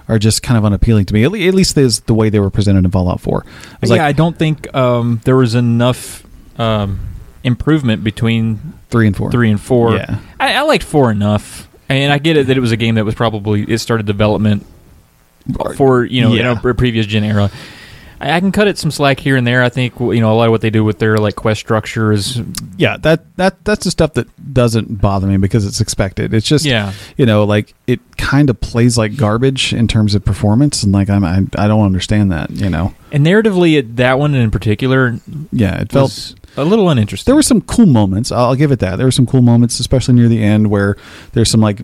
S3: are just kind of unappealing to me at, le- at least is the way they were presented in fallout 4 i was
S2: yeah,
S3: like
S2: I don't think um, there was enough um, improvement between
S3: three and four
S2: three and four.
S3: Yeah.
S2: I, I liked four enough, and I get it that it was a game that was probably it started development for you know
S3: Yeah.
S2: in a, pre- previous gen era. I, I can cut it some slack here and there. I think well, you know a lot of what they do with their like quest structure is
S3: yeah that that that's the stuff that doesn't bother me because it's expected it's just
S2: Yeah.
S3: you know like it kind of plays like garbage in terms of performance and like i'm i, I don't understand that you know
S2: and narratively it, that one in particular
S3: yeah it felt
S2: was a little uninteresting.
S3: there were some cool moments. I'll I'll give it that. There were some cool moments, especially near the end, where there's some like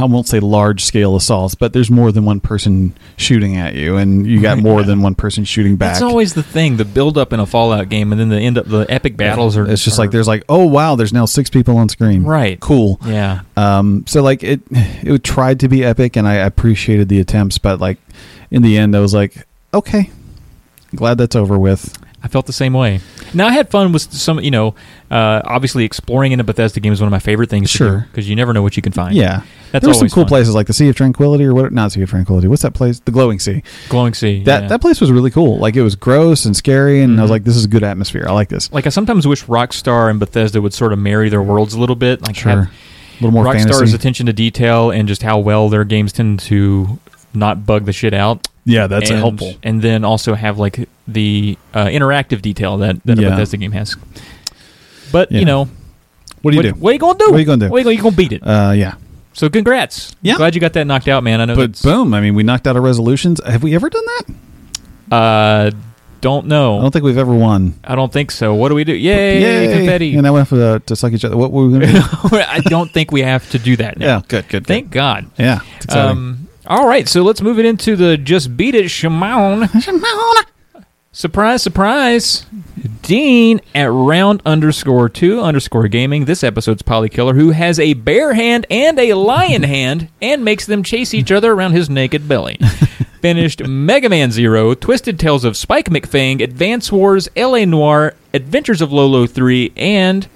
S3: I won't say large scale assaults, but there's more than one person shooting at you, and you got more than one person shooting back.
S2: That's always the thing: the build up in a Fallout game, and then the end up the epic battles are.
S3: It's just
S2: are-
S3: like there's like oh wow, there's now six people on screen.
S2: Right.
S3: Cool.
S2: yeah.
S3: Um. So like it, it tried to be epic, and I appreciated the attempts, but like in the end, I was like, okay, glad that's over with.
S2: I felt the same way. Now I had fun with some, you know, uh, obviously exploring in a Bethesda game is one of my favorite things.
S3: Sure.
S2: because you never know what you can find.
S3: Yeah.
S2: That's
S3: there were some
S2: always
S3: cool
S2: fun.
S3: places like the Sea of Tranquility or what? Not Sea of Tranquility. What's that place? The Glowing Sea.
S2: glowing sea.
S3: That
S2: yeah. Mm-hmm.
S3: that place was really cool. Like it was gross and scary, and I was like, "This is a good atmosphere. I like this."
S2: like I sometimes wish Rockstar and Bethesda would sort of marry their worlds a little bit. Like
S3: Sure,
S2: have
S3: a little more
S2: Rockstar's
S3: fantasy.
S2: attention to detail and just how well their games tend to not bug the shit out.
S3: yeah, that's
S2: and,
S3: helpful.
S2: And then also have like the uh, interactive detail that, that
S3: Yeah.
S2: a Bethesda game has. But
S3: Yeah.
S2: you know,
S3: What do you
S2: what,
S3: do?
S2: what you gonna do?
S3: What you gonna do?
S2: What you gonna, you gonna beat it?
S3: uh, yeah,
S2: So congrats.
S3: Yeah.
S2: Glad you got that knocked out, man. I know
S3: but
S2: that's-
S3: boom! I mean, we knocked out our resolutions. Have we ever done that?
S2: uh don't know.
S3: I don't think we've ever won.
S2: think so. What do we do? Yay, confetti.
S3: And I went for the to suck each other. What were we going to do?
S2: [laughs] I don't think we have to do that. now.
S3: yeah, good, good, good.
S2: Thank God.
S3: yeah, it's exciting.
S2: Um all right, so let's move it into the just beat it Shimon. Surprise, surprise. Dean at round underscore two underscore gaming, this episode's polykiller, who has a bear hand and a lion hand and makes them chase each other around his naked belly. Finished Mega Man Zero, Twisted Tales of Spike McFang, Advance Wars, LA Noir, Adventures of Lolo 3, and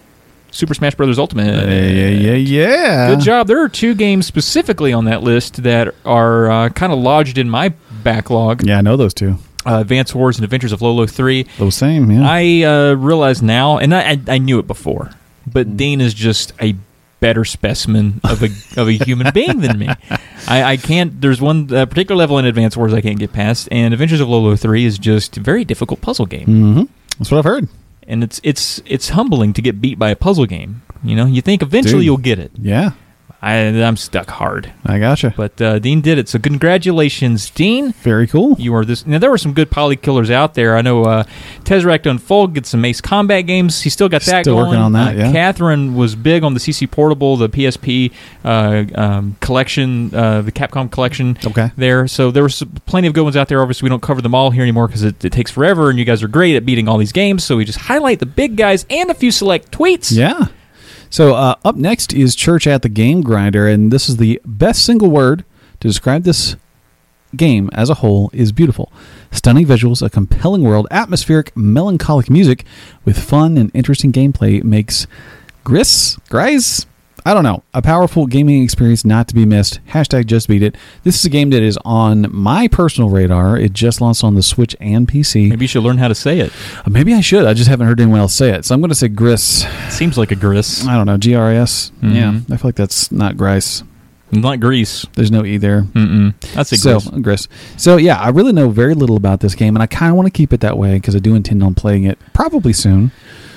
S2: Super Smash Bros. Ultimate.
S3: yeah, yeah, yeah.
S2: Good job. There are two games specifically on that list that are uh, kind of lodged in my backlog
S3: Yeah, I know those two.
S2: uh, Advance Wars and Adventures of Lolo 3.
S3: Those same. Yeah,
S2: I uh, realize now, and I, I, I knew it before, but Dean is just a better specimen of a of a human being than me. I, I can't. There's one uh, particular level in Advance Wars I can't get past, and Adventures of Lolo 3 is just a very difficult puzzle game,
S3: that's what I've heard.
S2: and it's it's it's humbling to get beat by a puzzle game. You know, you think eventually
S3: Dude.
S2: you'll get it.
S3: Yeah,
S2: I, I'm stuck hard.
S3: I gotcha.
S2: But uh, Dean did it. So congratulations, Dean.
S3: Very cool.
S2: You are this. Now there were some good poly killers out there. I know uh, Tesseract Unfold gets some Ace Combat games. He still got that.
S3: Still
S2: going.
S3: working on that,
S2: Uh,
S3: yeah.
S2: Catherine was big on the CC Portable, the PSP uh, um, collection, uh, the Capcom collection.
S3: Okay.
S2: There, so there was plenty of good ones out there. Obviously, we don't cover them all here anymore because it, it takes forever, and you guys are great at beating all these games. So we just highlight the big guys and a few select tweets.
S3: Yeah. So uh, up next is Church at the Game Grinder, and this is the best single word to describe this game as a whole is beautiful. Stunning visuals, a compelling world, atmospheric, melancholic music with fun and interesting gameplay makes Gris, Gris, I don't know, a powerful gaming experience not to be missed. Hashtag just beat it. This is a game that is on my personal radar. It just launched on the Switch and PC. Maybe,
S2: Maybe you should learn how to say it.
S3: I should. I just haven't heard anyone else say it. So I'm going to say Gris.
S2: Seems like a gris,
S3: I don't know, GRS.
S2: Mhm.
S3: Yeah, I feel like that's not Grice.
S2: not grease.
S3: There's no E there.
S2: Mm-mm. That's a
S3: So
S2: gris.
S3: Gris. So yeah, I really know very little about this game, and I kind of want to keep it that way because I do intend on playing it probably soon.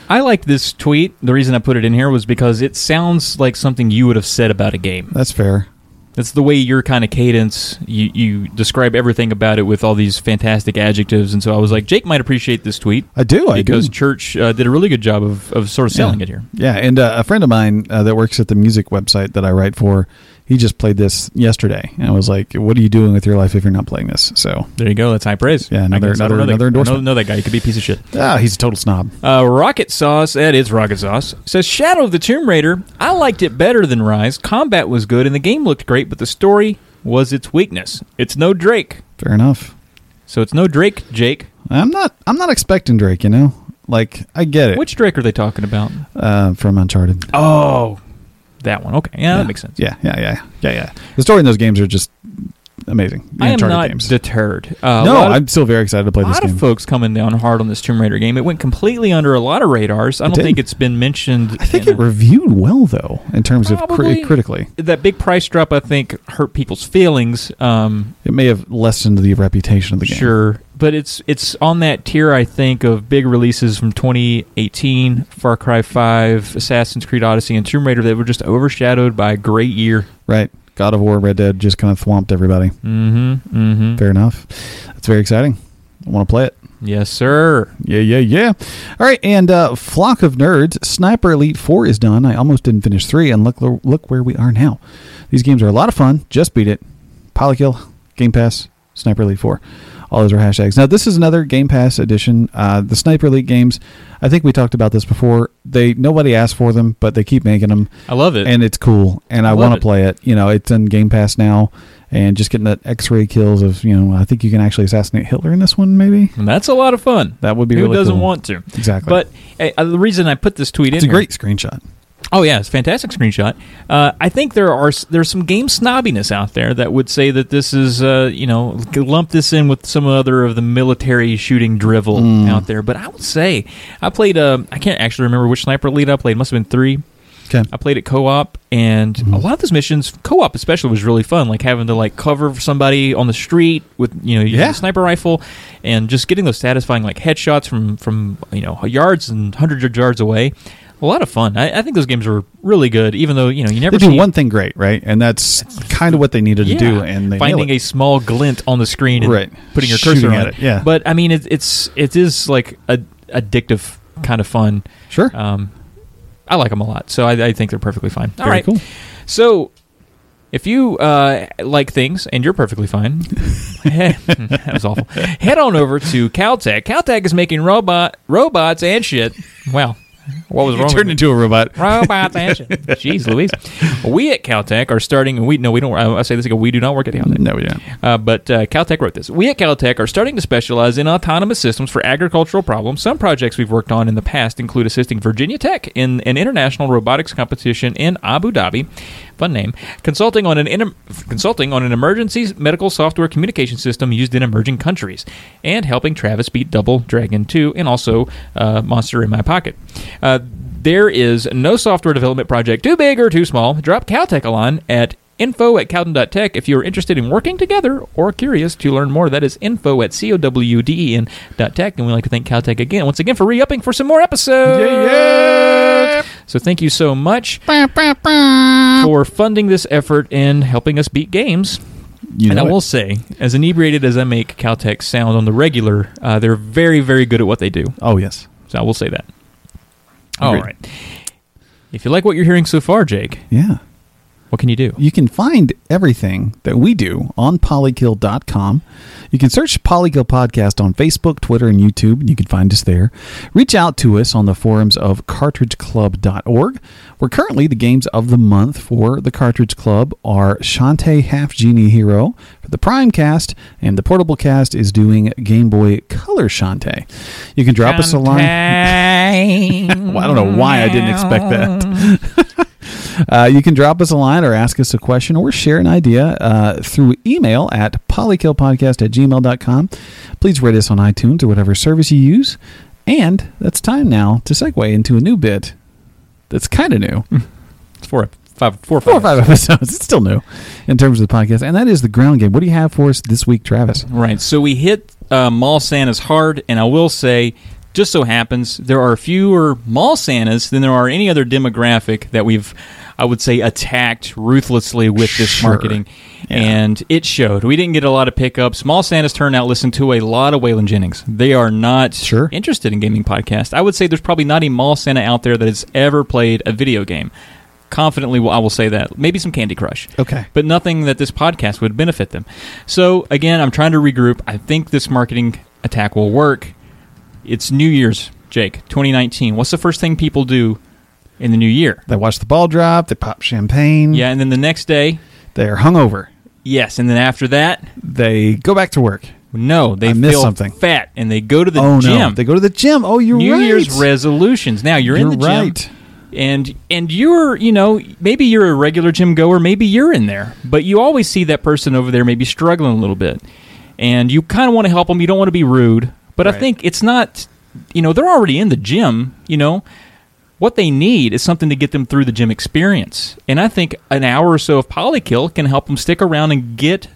S2: I like this tweet. The reason I put it in here was because it sounds like something you would have said about a game.
S3: That's fair.
S2: That's the way your kind of cadence. You, you describe everything about it with all these fantastic adjectives, and so I was like, Jake might appreciate this tweet
S3: I do. I
S2: because
S3: do.
S2: Church uh, did a really good job of, of sort of selling
S3: yeah.
S2: it here.
S3: Yeah, and uh, a friend of mine uh, that works at the music website that I write for, he just played this yesterday, and I was like, "What are you doing with your life if you're not playing this?" So
S2: There you go. That's high praise.
S3: Yeah,
S2: I
S3: another-
S2: guess I
S3: another-
S2: don't know that-
S3: another
S2: I don't
S3: endorsement.
S2: know that guy. He could be a piece of shit.
S3: ah, he's a total snob.
S2: Uh, Rocket Sauce, that is Rocket Sauce, says Shadow of the Tomb Raider. I liked it better than Rise. Combat was good and the game looked great, but the story was its weakness. It's no Drake.
S3: Fair enough.
S2: So it's no Drake, Jake.
S3: I'm not. I'm not expecting Drake. You know, like I get it
S2: Which Drake are they talking about?
S3: uh, from Uncharted.
S2: Oh, that one. Okay, yeah, that makes sense.
S3: Yeah, yeah, yeah, yeah, yeah. The story in those games are just amazing. The
S2: I am
S3: Uncharted
S2: not
S3: games.
S2: deterred. Uh, a
S3: no,
S2: lot of-
S3: I'm still very excited to play
S2: a
S3: this
S2: lot
S3: game.
S2: of folks coming down hard on this Tomb Raider game. It went completely under a lot of radars. I don't
S3: did.
S2: think it's been mentioned.
S3: I think
S2: in
S3: it
S2: a-
S3: reviewed well though, in terms of
S2: Probably.
S3: cri- critically,
S2: that big price drop. I think hurt people's feelings. Um,
S3: it may have lessened the reputation of the game.
S2: Sure, but it's it's on that tier I think of big releases from 2018, Far Cry 5, Assassin's Creed Odyssey, and Tomb Raider that were just overshadowed by a great year.
S3: right? God of War, Red Dead just kind of thwomped everybody.
S2: Mm-hmm. Mm-hmm.
S3: Fair enough. That's very exciting. I want to play it.
S2: Yes, sir.
S3: Yeah, yeah, yeah. All right, and uh, Flock of Nerds, Sniper Elite 4 is done. I almost didn't finish 3, and look look where we are now. These games are a lot of fun. Just beat it. Polykill, Game Pass, Sniper Elite 4. All those are hashtags. Now, this is another Game Pass edition. Uh, the Sniper Elite games, I think we talked about this before. They Nobody asked for them, but they keep making them,
S2: I love it.
S3: and it's cool, and I
S2: Love
S3: want
S2: it.
S3: to play it. You know, it's in Game Pass now, and just getting that X-ray kills of, you know, I think you can actually assassinate Hitler in this one, maybe?
S2: And that's a lot of fun.
S3: That would be
S2: Who
S3: really
S2: doesn't
S3: cool.
S2: want to?
S3: Exactly.
S2: But eh, uh, the reason I put this tweet
S3: It's a
S2: in here-
S3: great screenshot.
S2: Oh yeah, it's a fantastic screenshot. Uh, I think there are s- there's some game snobbiness out there that would say that this is uh, you know lump this in with some other of the military shooting drivel
S3: Mm.
S2: out there. But I would say I played uh, I can't actually remember which sniper lead I played. Must have been three.
S3: Okay.
S2: I played it co-op, and
S3: Mm-hmm.
S2: a lot of those missions, co-op especially, was really fun. Like having to like cover somebody on the street with you know using
S3: Yeah.
S2: a sniper rifle, and just getting those satisfying like headshots from from you know yards and hundreds of yards away. A lot of fun. I, I think those games were really good, even though you know you never
S3: They do
S2: see-
S3: one thing great, right? And that's kind of what they needed
S2: yeah,
S3: to do. And they
S2: finding a small glint on the screen and
S3: Right.
S2: putting your
S3: Shooting
S2: cursor
S3: at
S2: on
S3: it, yeah.
S2: But I mean, it, it's it is like a addictive kind of fun.
S3: Sure.
S2: Um, I like them a lot, so I, I think they're perfectly fine. All
S3: Very
S2: right.
S3: cool.
S2: So, if you uh, like things and you're perfectly
S3: [laughs]
S2: fine, [laughs] that was awful. Head on over to Caltech. Caltech is making robot robots and shit. Wow, what was wrong? with
S3: turned
S2: me?
S3: into a robot.
S2: Robots and
S3: [laughs]
S2: shit. Jeez, Louise. We at Caltech are starting. We no, we don't. I I say this again. We do not work at Caltech.
S3: No, we don't.
S2: Uh, but uh, Caltech wrote this. We at Caltech are starting to specialize in autonomous systems for agricultural problems. Some projects we've worked on in the past include assisting Virginia Tech in an international robotics competition in Abu Dhabi. Fun name. Consulting on an inter- consulting on an emergency medical software communication system used in emerging countries, and helping Travis beat Double Dragon 2 and also uh, Monster in My Pocket. Uh, there is no software development project too big or too small. Drop Caltech a line at info at cowden.tech if you're interested in working together or curious to learn more. That is info at C-O-W-D-E-N dot tech. And we'd like to thank Caltech again, once again, for re-upping for some more episodes. So thank you so much for funding this effort and helping us beat games.
S3: You
S2: and
S3: know
S2: I
S3: it.
S2: will say, as inebriated as I make Caltech sound on the regular, uh, they're very, very good at what they do.
S3: Oh yes.
S2: So I will say that. All
S3: Agreed.
S2: right. If you like what you're hearing so far, Jake,
S3: Yeah.
S2: what can you do?
S3: You can find everything that we do on polykill.com. You can search Polykill Podcast on Facebook, Twitter, and YouTube, and you can find us there. Reach out to us on the forums of cartridgeclub.org. We're currently the games of the month for the Cartridge Club are Shantae Half Genie Hero for the Prime Cast, and the Portable Cast is doing Game Boy Color Shantae. You can drop us a line. [laughs]
S2: line.
S3: Well, I don't know why I didn't expect that. [laughs] uh, you can drop us a line or ask us a question or share an idea uh, through email at polykillpodcast at gmail.com. Please rate us on iTunes or whatever service you use. And that's time now to segue into a new bit that's kind of new.
S2: It's four, five, four,
S3: Four or five episodes. It's still new in terms of the podcast. And that is the ground game. What do you have for us this week, Travis?
S2: Right. So we hit uh, mall Santas hard, and I will say, just so happens, there are fewer mall Santas than there are any other demographic that we've, I would say, attacked ruthlessly with this
S3: Sure.
S2: marketing.
S3: Yeah.
S2: And it showed. We didn't get a lot of pickups. Mall Santas turned out listened to a lot of Waylon Jennings. They are not
S3: Sure.
S2: interested in gaming podcasts. I would say there's probably not a mall Santa out there that has ever played a video game. Confidently, I will say that. Maybe some Candy Crush
S3: Okay.
S2: but nothing that this podcast would benefit them. So again, I'm trying to regroup. I think this marketing attack will work. It's New Year's, Jake, 2019. What's the first thing people do in the new year?
S3: They watch the ball drop. They pop champagne.
S2: Yeah, and then the next day,
S3: They're hungover.
S2: yes, and then after that,
S3: They go back to work.
S2: no, they
S3: I missed
S2: feel
S3: something.
S2: fat and they go to the
S3: oh
S2: gym.
S3: no! They go to the gym. Oh, you're
S2: New
S3: right.
S2: Year's resolutions. Now you're,
S3: You're
S2: in the gym,
S3: right.
S2: and and you're you know maybe you're a regular gym goer, maybe you're in there, but you always see that person over there maybe struggling a little bit, and you kind of want to help them. You don't want to be rude, but I
S3: Right.
S2: think it's not. You know, they're already in the gym. You know. What they need is something to get them through the gym experience. And I think an hour or so of polykill can help them stick around and get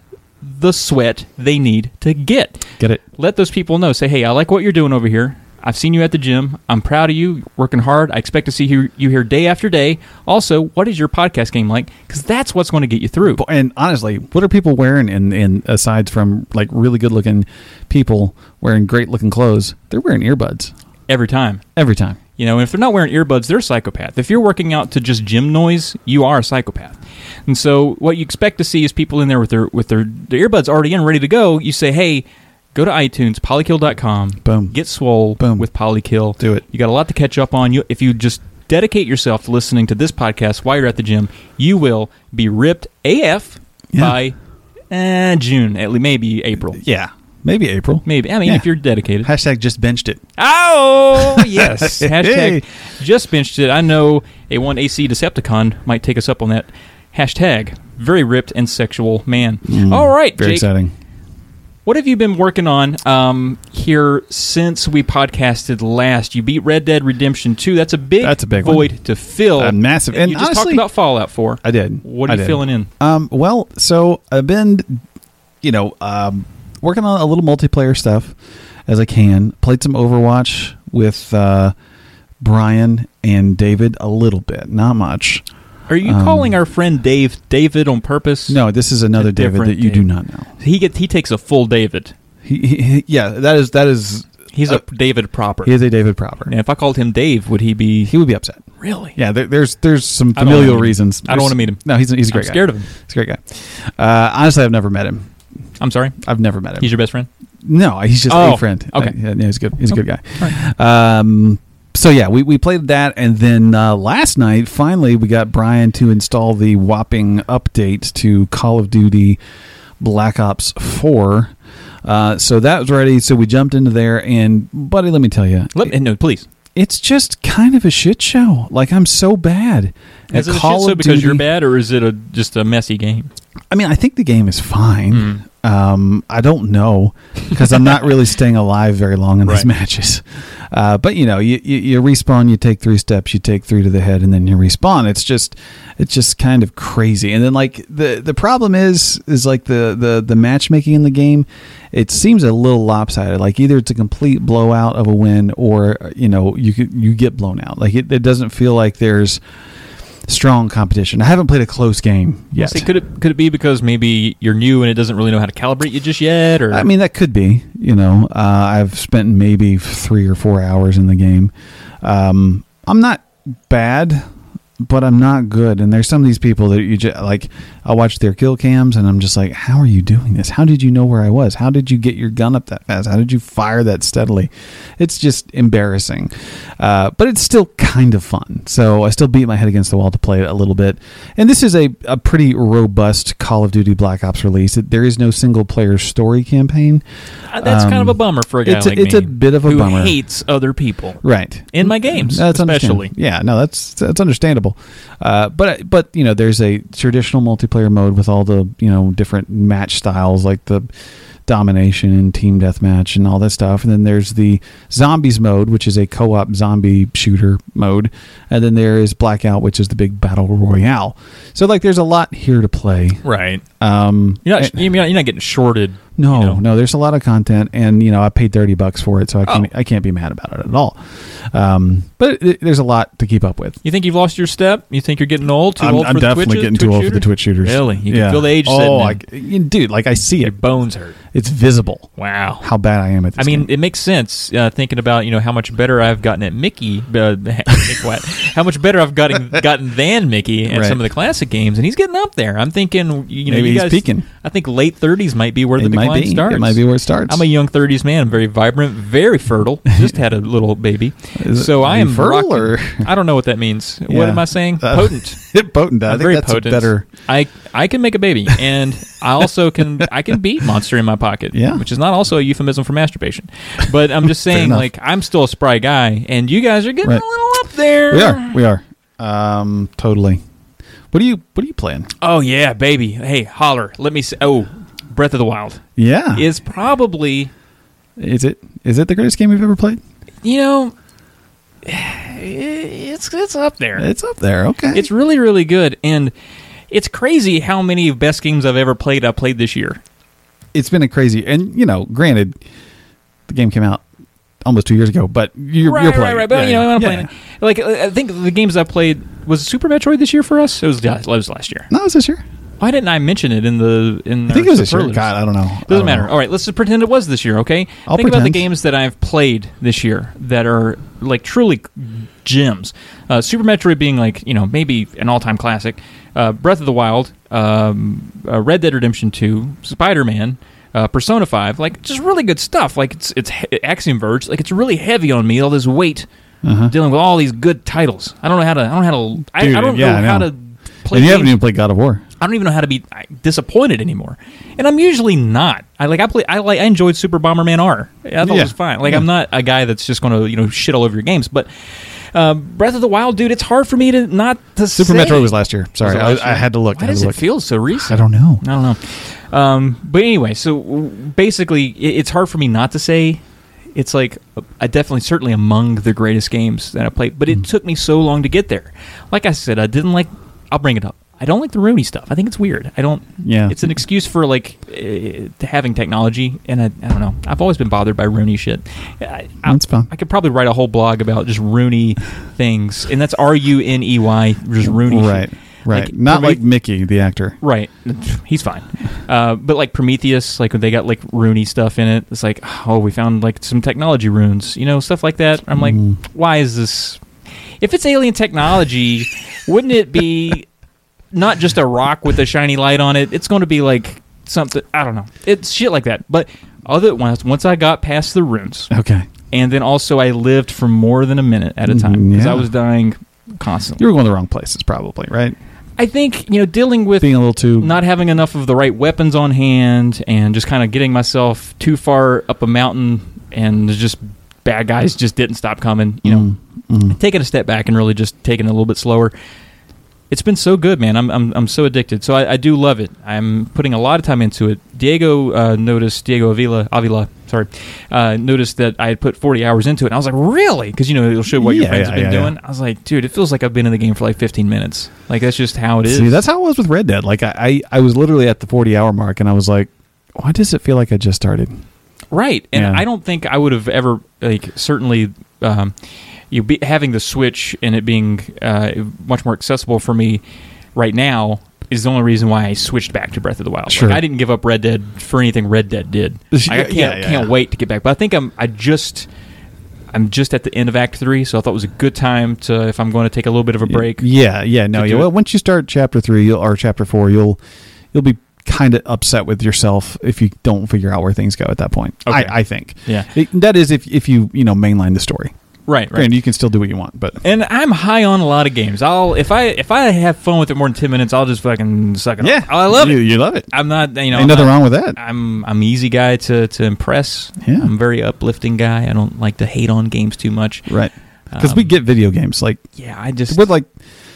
S2: the sweat they need to get
S3: Get it?
S2: let those people know. Say, hey, I like what you're doing over here. I've seen you at the gym. I'm proud of you, working hard. I expect to see you, you here day after day. Also, what is your podcast game like? Because that's what's going to get you through.
S3: And honestly, what are people wearing? And and aside from like really good looking people wearing great looking clothes, they're wearing earbuds
S2: Every time.
S3: every time.
S2: You know, and if they're not wearing earbuds, they're a psychopath. If you're working out to just gym noise, you are a psychopath. And so, what you expect to see is people in there with their with their, their earbuds already in, ready to go. You say, "Hey, go to iTunes, polykill.com,
S3: Boom.
S2: get swole,
S3: Boom.
S2: with polykill.
S3: Do it.
S2: You got a lot to catch up on. You, if you just dedicate yourself to listening to this podcast while you're at the gym, you will be ripped AF
S3: Yeah.
S2: by eh, June, at least maybe April,
S3: Yeah, maybe April.
S2: maybe. I mean,
S3: Yeah.
S2: if you're dedicated.
S3: Hashtag just benched it. [laughs]
S2: Oh yes.
S3: Hey.
S2: Hashtag just benched it. I know a one AC Decepticon might take us up on that. Hashtag very ripped and sexual man. All right,
S3: Mm-hmm. Very
S2: Jake.
S3: exciting.
S2: What have you been working on um, here since we podcasted last? You beat Red Dead Redemption Two. That's a big
S3: That's a big
S2: void
S3: one.
S2: to fill.
S3: A massive- and
S2: you just
S3: honestly-
S2: talked about Fallout Four.
S3: I did.
S2: What
S3: I
S2: are you
S3: did.
S2: filling in?
S3: Um, well, so I've been, you know, um, working on a little multiplayer stuff as I can. Played some Overwatch with uh, Brian and David a little bit, not much.
S2: Are you
S3: Um,
S2: calling our friend Dave David on purpose?
S3: No, this is another
S2: A
S3: David
S2: different
S3: that you do
S2: David.
S3: not know.
S2: He gets he takes a full David.
S3: He, he, he- yeah, that is that is
S2: He's
S3: Uh,
S2: a David proper.
S3: he is a David proper.
S2: and if I called him Dave, would he be
S3: He would be upset.
S2: really?
S3: Yeah, there, there's there's some
S2: I don't wanna
S3: familial
S2: meet him.
S3: reasons.
S2: I don't
S3: There's-
S2: wanna meet him.
S3: No, he's he's
S2: I'm
S3: a great guy.
S2: scared of him.
S3: He's a great guy. Uh, honestly, I've never met him.
S2: I'm sorry.
S3: I've never met him.
S2: He's your best friend.
S3: No, he's just
S2: Oh,
S3: a friend.
S2: okay.
S3: Uh, yeah, no, he's good. He's a good guy. Um, so yeah, we, we played that, and then uh, last night, finally, we got Brian to install the whopping update to Call of Duty Black Ops Four. Uh, so that was ready. So we jumped into there, and buddy, let me tell you,
S2: Let me, no, please.
S3: it's just kind of a shit show. Like I'm so bad at
S2: Is it a shit
S3: Call
S2: show
S3: of
S2: because you're
S3: Duty.
S2: bad, or is it a, just a messy game? Mm.
S3: I mean, I think the game is fine. Um, I don't know because I'm not really staying alive very long in these
S2: Right.
S3: matches. Uh, but you know, you, you you respawn, you take three steps, you take three to the head, and then you respawn. It's just it's just kind of crazy. And then like the the problem is is like the the the matchmaking in the game. It seems a little lopsided. Like either it's a complete blowout of a win, or you know you could- you get blown out. Like it, it doesn't feel like there's strong competition. I haven't played a close game yet.
S2: See, could it could it be because maybe you're new and it doesn't really know how to calibrate you just yet? Or
S3: I mean, that could be. You know, uh, I've spent maybe three or four hours in the game. Um, I'm not bad, but I'm not good. And there's some of these people that you just like. I watch their kill cams, and I'm just like, "How are you doing this? How did you know where I was? How did you get your gun up that fast? How did you fire that steadily?" It's just embarrassing. Uh, but it's still kind of fun. So I still beat my head against the wall to play it a little bit. And this is a, a pretty robust Call of Duty Black Ops release. It- There is no single player story campaign.
S2: Uh, that's kind of a bummer for a guy
S3: um, it's a-
S2: like
S3: it's
S2: me
S3: a bit of a
S2: who
S3: bummer.
S2: hates other people
S3: Right.
S2: in my games,
S3: No, that's
S2: especially.
S3: understandable. Yeah, no, that's that's understandable. Uh, but but you know, there's a traditional multiplayer mode with all the you know different match styles like the domination and team deathmatch and all that stuff. And then there's the zombies mode, which is a co-op zombie shooter mode. And then there is blackout, which is the big battle royale. So like, there's a lot here to play.
S2: Right.
S3: Um,
S2: You're
S3: and-
S2: not, you're not you're not getting shorted.
S3: no,
S2: you know.
S3: no, there's a lot of content, and you know I paid thirty bucks for it, so I can't
S2: Oh.
S3: I can't be mad about it at all. Um, but it, there's a lot to keep up with.
S2: You think you've lost your step? You think you're getting old? Too
S3: I'm,
S2: old
S3: I'm
S2: for the
S3: definitely
S2: Twitches-
S3: getting
S2: Twitch
S3: too old for the
S2: shooters?
S3: Twitch shooters.
S2: Really? You
S3: Yeah.
S2: can feel the age
S3: Oh, I,
S2: sitting
S3: you- dude, like I see it.
S2: in. Bones hurt.
S3: It's visible.
S2: Wow.
S3: How bad I am at this.
S2: I mean,
S3: game.
S2: it makes sense uh, thinking about you know how much better I've gotten at Mickey, uh, [laughs] Mick White, how much better I've gotten gotten than Mickey at
S3: Right.
S2: some of the classic games, and he's getting up there. I'm thinking, you know,
S3: Maybe
S2: you
S3: he's
S2: guys,
S3: peaking.
S2: I think late 30s might be where the
S3: It might
S2: decline
S3: be.
S2: starts.
S3: It might be where it starts.
S2: I'm a young 30s man. I'm very vibrant, very
S3: [laughs]
S2: fertile. Just had a little baby,
S3: Is it-
S2: so
S3: are
S2: I
S3: you
S2: am
S3: fertile
S2: rocking-
S3: or-
S2: I don't know what that means.
S3: Yeah.
S2: What am I saying?
S3: Uh, [laughs]
S2: Potent.
S3: potent. I
S2: I'm
S3: think
S2: very
S3: that's
S2: potent.
S3: better.
S2: I I can make a baby, and I also can I can beat monster in my pocket.
S3: Yeah.
S2: which is not also a euphemism for masturbation, but I'm
S3: [laughs]
S2: just saying
S3: enough.
S2: like I'm still a spry guy, and you guys are getting
S3: Right.
S2: a little up there.
S3: We are. We are.
S2: Ah.
S3: Um, totally. What are you? What are you playing?
S2: Oh yeah, baby. Hey, holler. Let me say. Oh, Breath of the Wild
S3: Yeah.
S2: is probably
S3: is it? Is it the greatest game you've ever played?
S2: you know [sighs] it's it's up there.
S3: It's up there. Okay.
S2: It's really, really good. And it's crazy how many best games I've ever played I played this year.
S3: it's been a crazy and you know granted the game came out almost two years ago but you're,
S2: right,
S3: you're
S2: right,
S3: playing
S2: right.
S3: it.
S2: But
S3: Yeah,
S2: you know,
S3: yeah,
S2: I'm
S3: yeah.
S2: playing it. Like uh, I I think the games I played was Super Metroid this year for us. It was it was last year.
S3: no it was this year
S2: Why didn't I mention it in the in?
S3: i think it was this year god i don't know I
S2: Doesn't
S3: don't
S2: matter.
S3: know.
S2: All right, let's just pretend it was this year, okay?
S3: Oh. I'll
S2: Think about the
S3: pretend.
S2: games that I've played this year that are like truly gems. Uh, Super Metroid being like you know maybe an all-time classic. Uh, Breath of the Wild, um, uh, Red Dead Redemption Two, Spider Man. Uh, Persona Five, like just really good stuff. Like it's it's he- Axiom Verge, like it's really heavy on me. All this weight, dealing with all these good titles. I don't know how to. I don't know how to. I,
S3: Uh-huh. Dude,
S2: I don't
S3: yeah,
S2: know,
S3: I
S2: how
S3: know.
S2: to play.
S3: and you haven't
S2: games.
S3: even played god of war
S2: I don't even know how to be uh, disappointed anymore, and I'm usually not. I like I play. I like I enjoyed Super Bomberman R. I thought
S3: Yeah.
S2: it was fine. Like
S3: Yeah.
S2: I'm not a guy that's just going to you know shit all over your games. But um, Breath of the Wild, dude, it's hard for me to not to
S3: super
S2: say.
S3: metroid was last year sorry
S2: Was it
S3: I,
S2: last
S3: I
S2: year?
S3: had to look
S2: Why
S3: I had
S2: does
S3: to
S2: it
S3: look.
S2: feel so recent?
S3: i don't
S2: [laughs]
S3: know
S2: I don't know. Um, but anyway, so w- basically, it, it's hard for me not to say. It's like uh, I definitely, certainly among the greatest games that I played, but
S3: Hmm.
S2: it took me so long to get there. Like I said, I didn't like. I'll bring it up. I don't like the Rooney stuff. I think it's weird. I don't.
S3: Yeah.
S2: It's an excuse for like uh, having technology, and I, I don't know. I've always been bothered by Rooney shit. I, I,
S3: That's fine.
S2: I could probably write a whole blog about just Rooney things, and that's R U N E Y, just Rooney. shit.
S3: right right not
S2: Rooney-
S3: like mickey the actor
S2: Right, [laughs] he's fine. Uh, but like Prometheus, like when they got like Rooney stuff in it, it's like, oh, we found like some technology runes, you know, stuff like that. I'm like, why is this? If it's alien technology, wouldn't it be not just a rock with a shiny light on it? It's going to be like something. I don't know. It's shit like that. But other once once I got past the runes,
S3: okay
S2: and then also I lived for more than a minute at a time because
S3: Yeah.
S2: I was dying constantly.
S3: you were going the wrong places probably right
S2: I think you know dealing with
S3: being a little too
S2: not having enough of the right weapons on hand and just kind of getting myself too far up a mountain and there's just bad guys
S3: Mm,
S2: just didn't stop coming you know taking a step back and really just taking it a little bit slower it's been so good, man. I'm I'm, I'm so addicted. So I, I do love it. I'm putting a lot of time into it. Diego uh, noticed Diego Avila Avila. Sorry, uh, noticed that I had put 40 hours into it. And I was like, really? Because you know it'll show what your
S3: Yeah,
S2: friends have
S3: yeah,
S2: been
S3: yeah,
S2: doing. I was like, dude, it feels like I've been in the game for like 15 minutes. Like that's just how it is.
S3: See, that's how it was with Red Dead. Like I, I, I was literally at the forty hour mark, and I was like, why does it feel like I just started?
S2: Right, and
S3: Yeah.
S2: I don't think I would have ever like certainly um, you be, having the Switch and it being uh, much more accessible for me right now is the only reason why I switched back to Breath of the Wild. Like,
S3: Sure.
S2: I didn't give up Red Dead for anything Red Dead did. Like, I
S3: Yeah,
S2: can't
S3: yeah, yeah.
S2: can't wait to get back. But I think I'm I just I'm just at the end of Act Three, so I thought it was a good time to if I'm going to take a little bit of a break.
S3: Yeah, yeah, no.
S2: To
S3: Yeah,
S2: do
S3: well,
S2: it.
S3: once you start chapter three you'll, or chapter four, you'll you'll be kind of upset with yourself if you don't figure out where things go at that point.
S2: Okay.
S3: I, I think.
S2: Yeah.
S3: It- that is if if you you know mainline the story.
S2: Right, right.
S3: Granted, you can still do what you want, but
S2: And I'm high on a lot of games. I'll if I if I have fun with it more than ten minutes, I'll just fucking suck it.
S3: yeah,
S2: up. Oh, I love
S3: you,
S2: it.
S3: You love it.
S2: I'm not, you know,
S3: Ain't
S2: I'm
S3: nothing
S2: not-
S3: wrong with that.
S2: I'm I'm easy guy to to impress.
S3: Yeah.
S2: I'm a very uplifting guy. I don't like to hate on games too much.
S3: right. Because we
S2: Um,
S3: get video games like
S2: Yeah, I just
S3: with like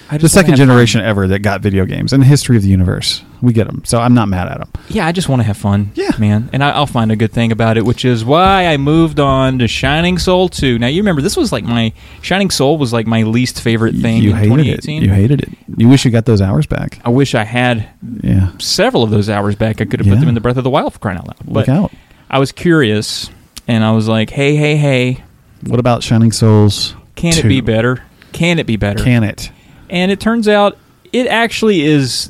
S2: I
S3: the
S2: just wanna
S3: second
S2: have fun.
S3: generation ever that got video games in the history of the universe. We get them, so I'm not mad at them.
S2: Yeah, I just want to have fun.
S3: Yeah.
S2: man, and I, I'll find a good thing about it, which is why I moved on to Shining Soul 2. Now you remember this was like my Shining Soul was like my least favorite thing
S3: you
S2: in
S3: hated it.
S2: 2018.
S3: You hated it. You wish you got those hours back.
S2: I wish I had
S3: Yeah,
S2: several of those hours back. I could have
S3: Yeah.
S2: put them in the Breath of the Wild for crying out loud.
S3: look
S2: But
S3: out.
S2: I was curious, and I was like, hey, hey, hey,
S3: What about Shining Souls?
S2: can
S3: two?
S2: it be better? Can it be better?
S3: Can it?
S2: and it turns out it actually is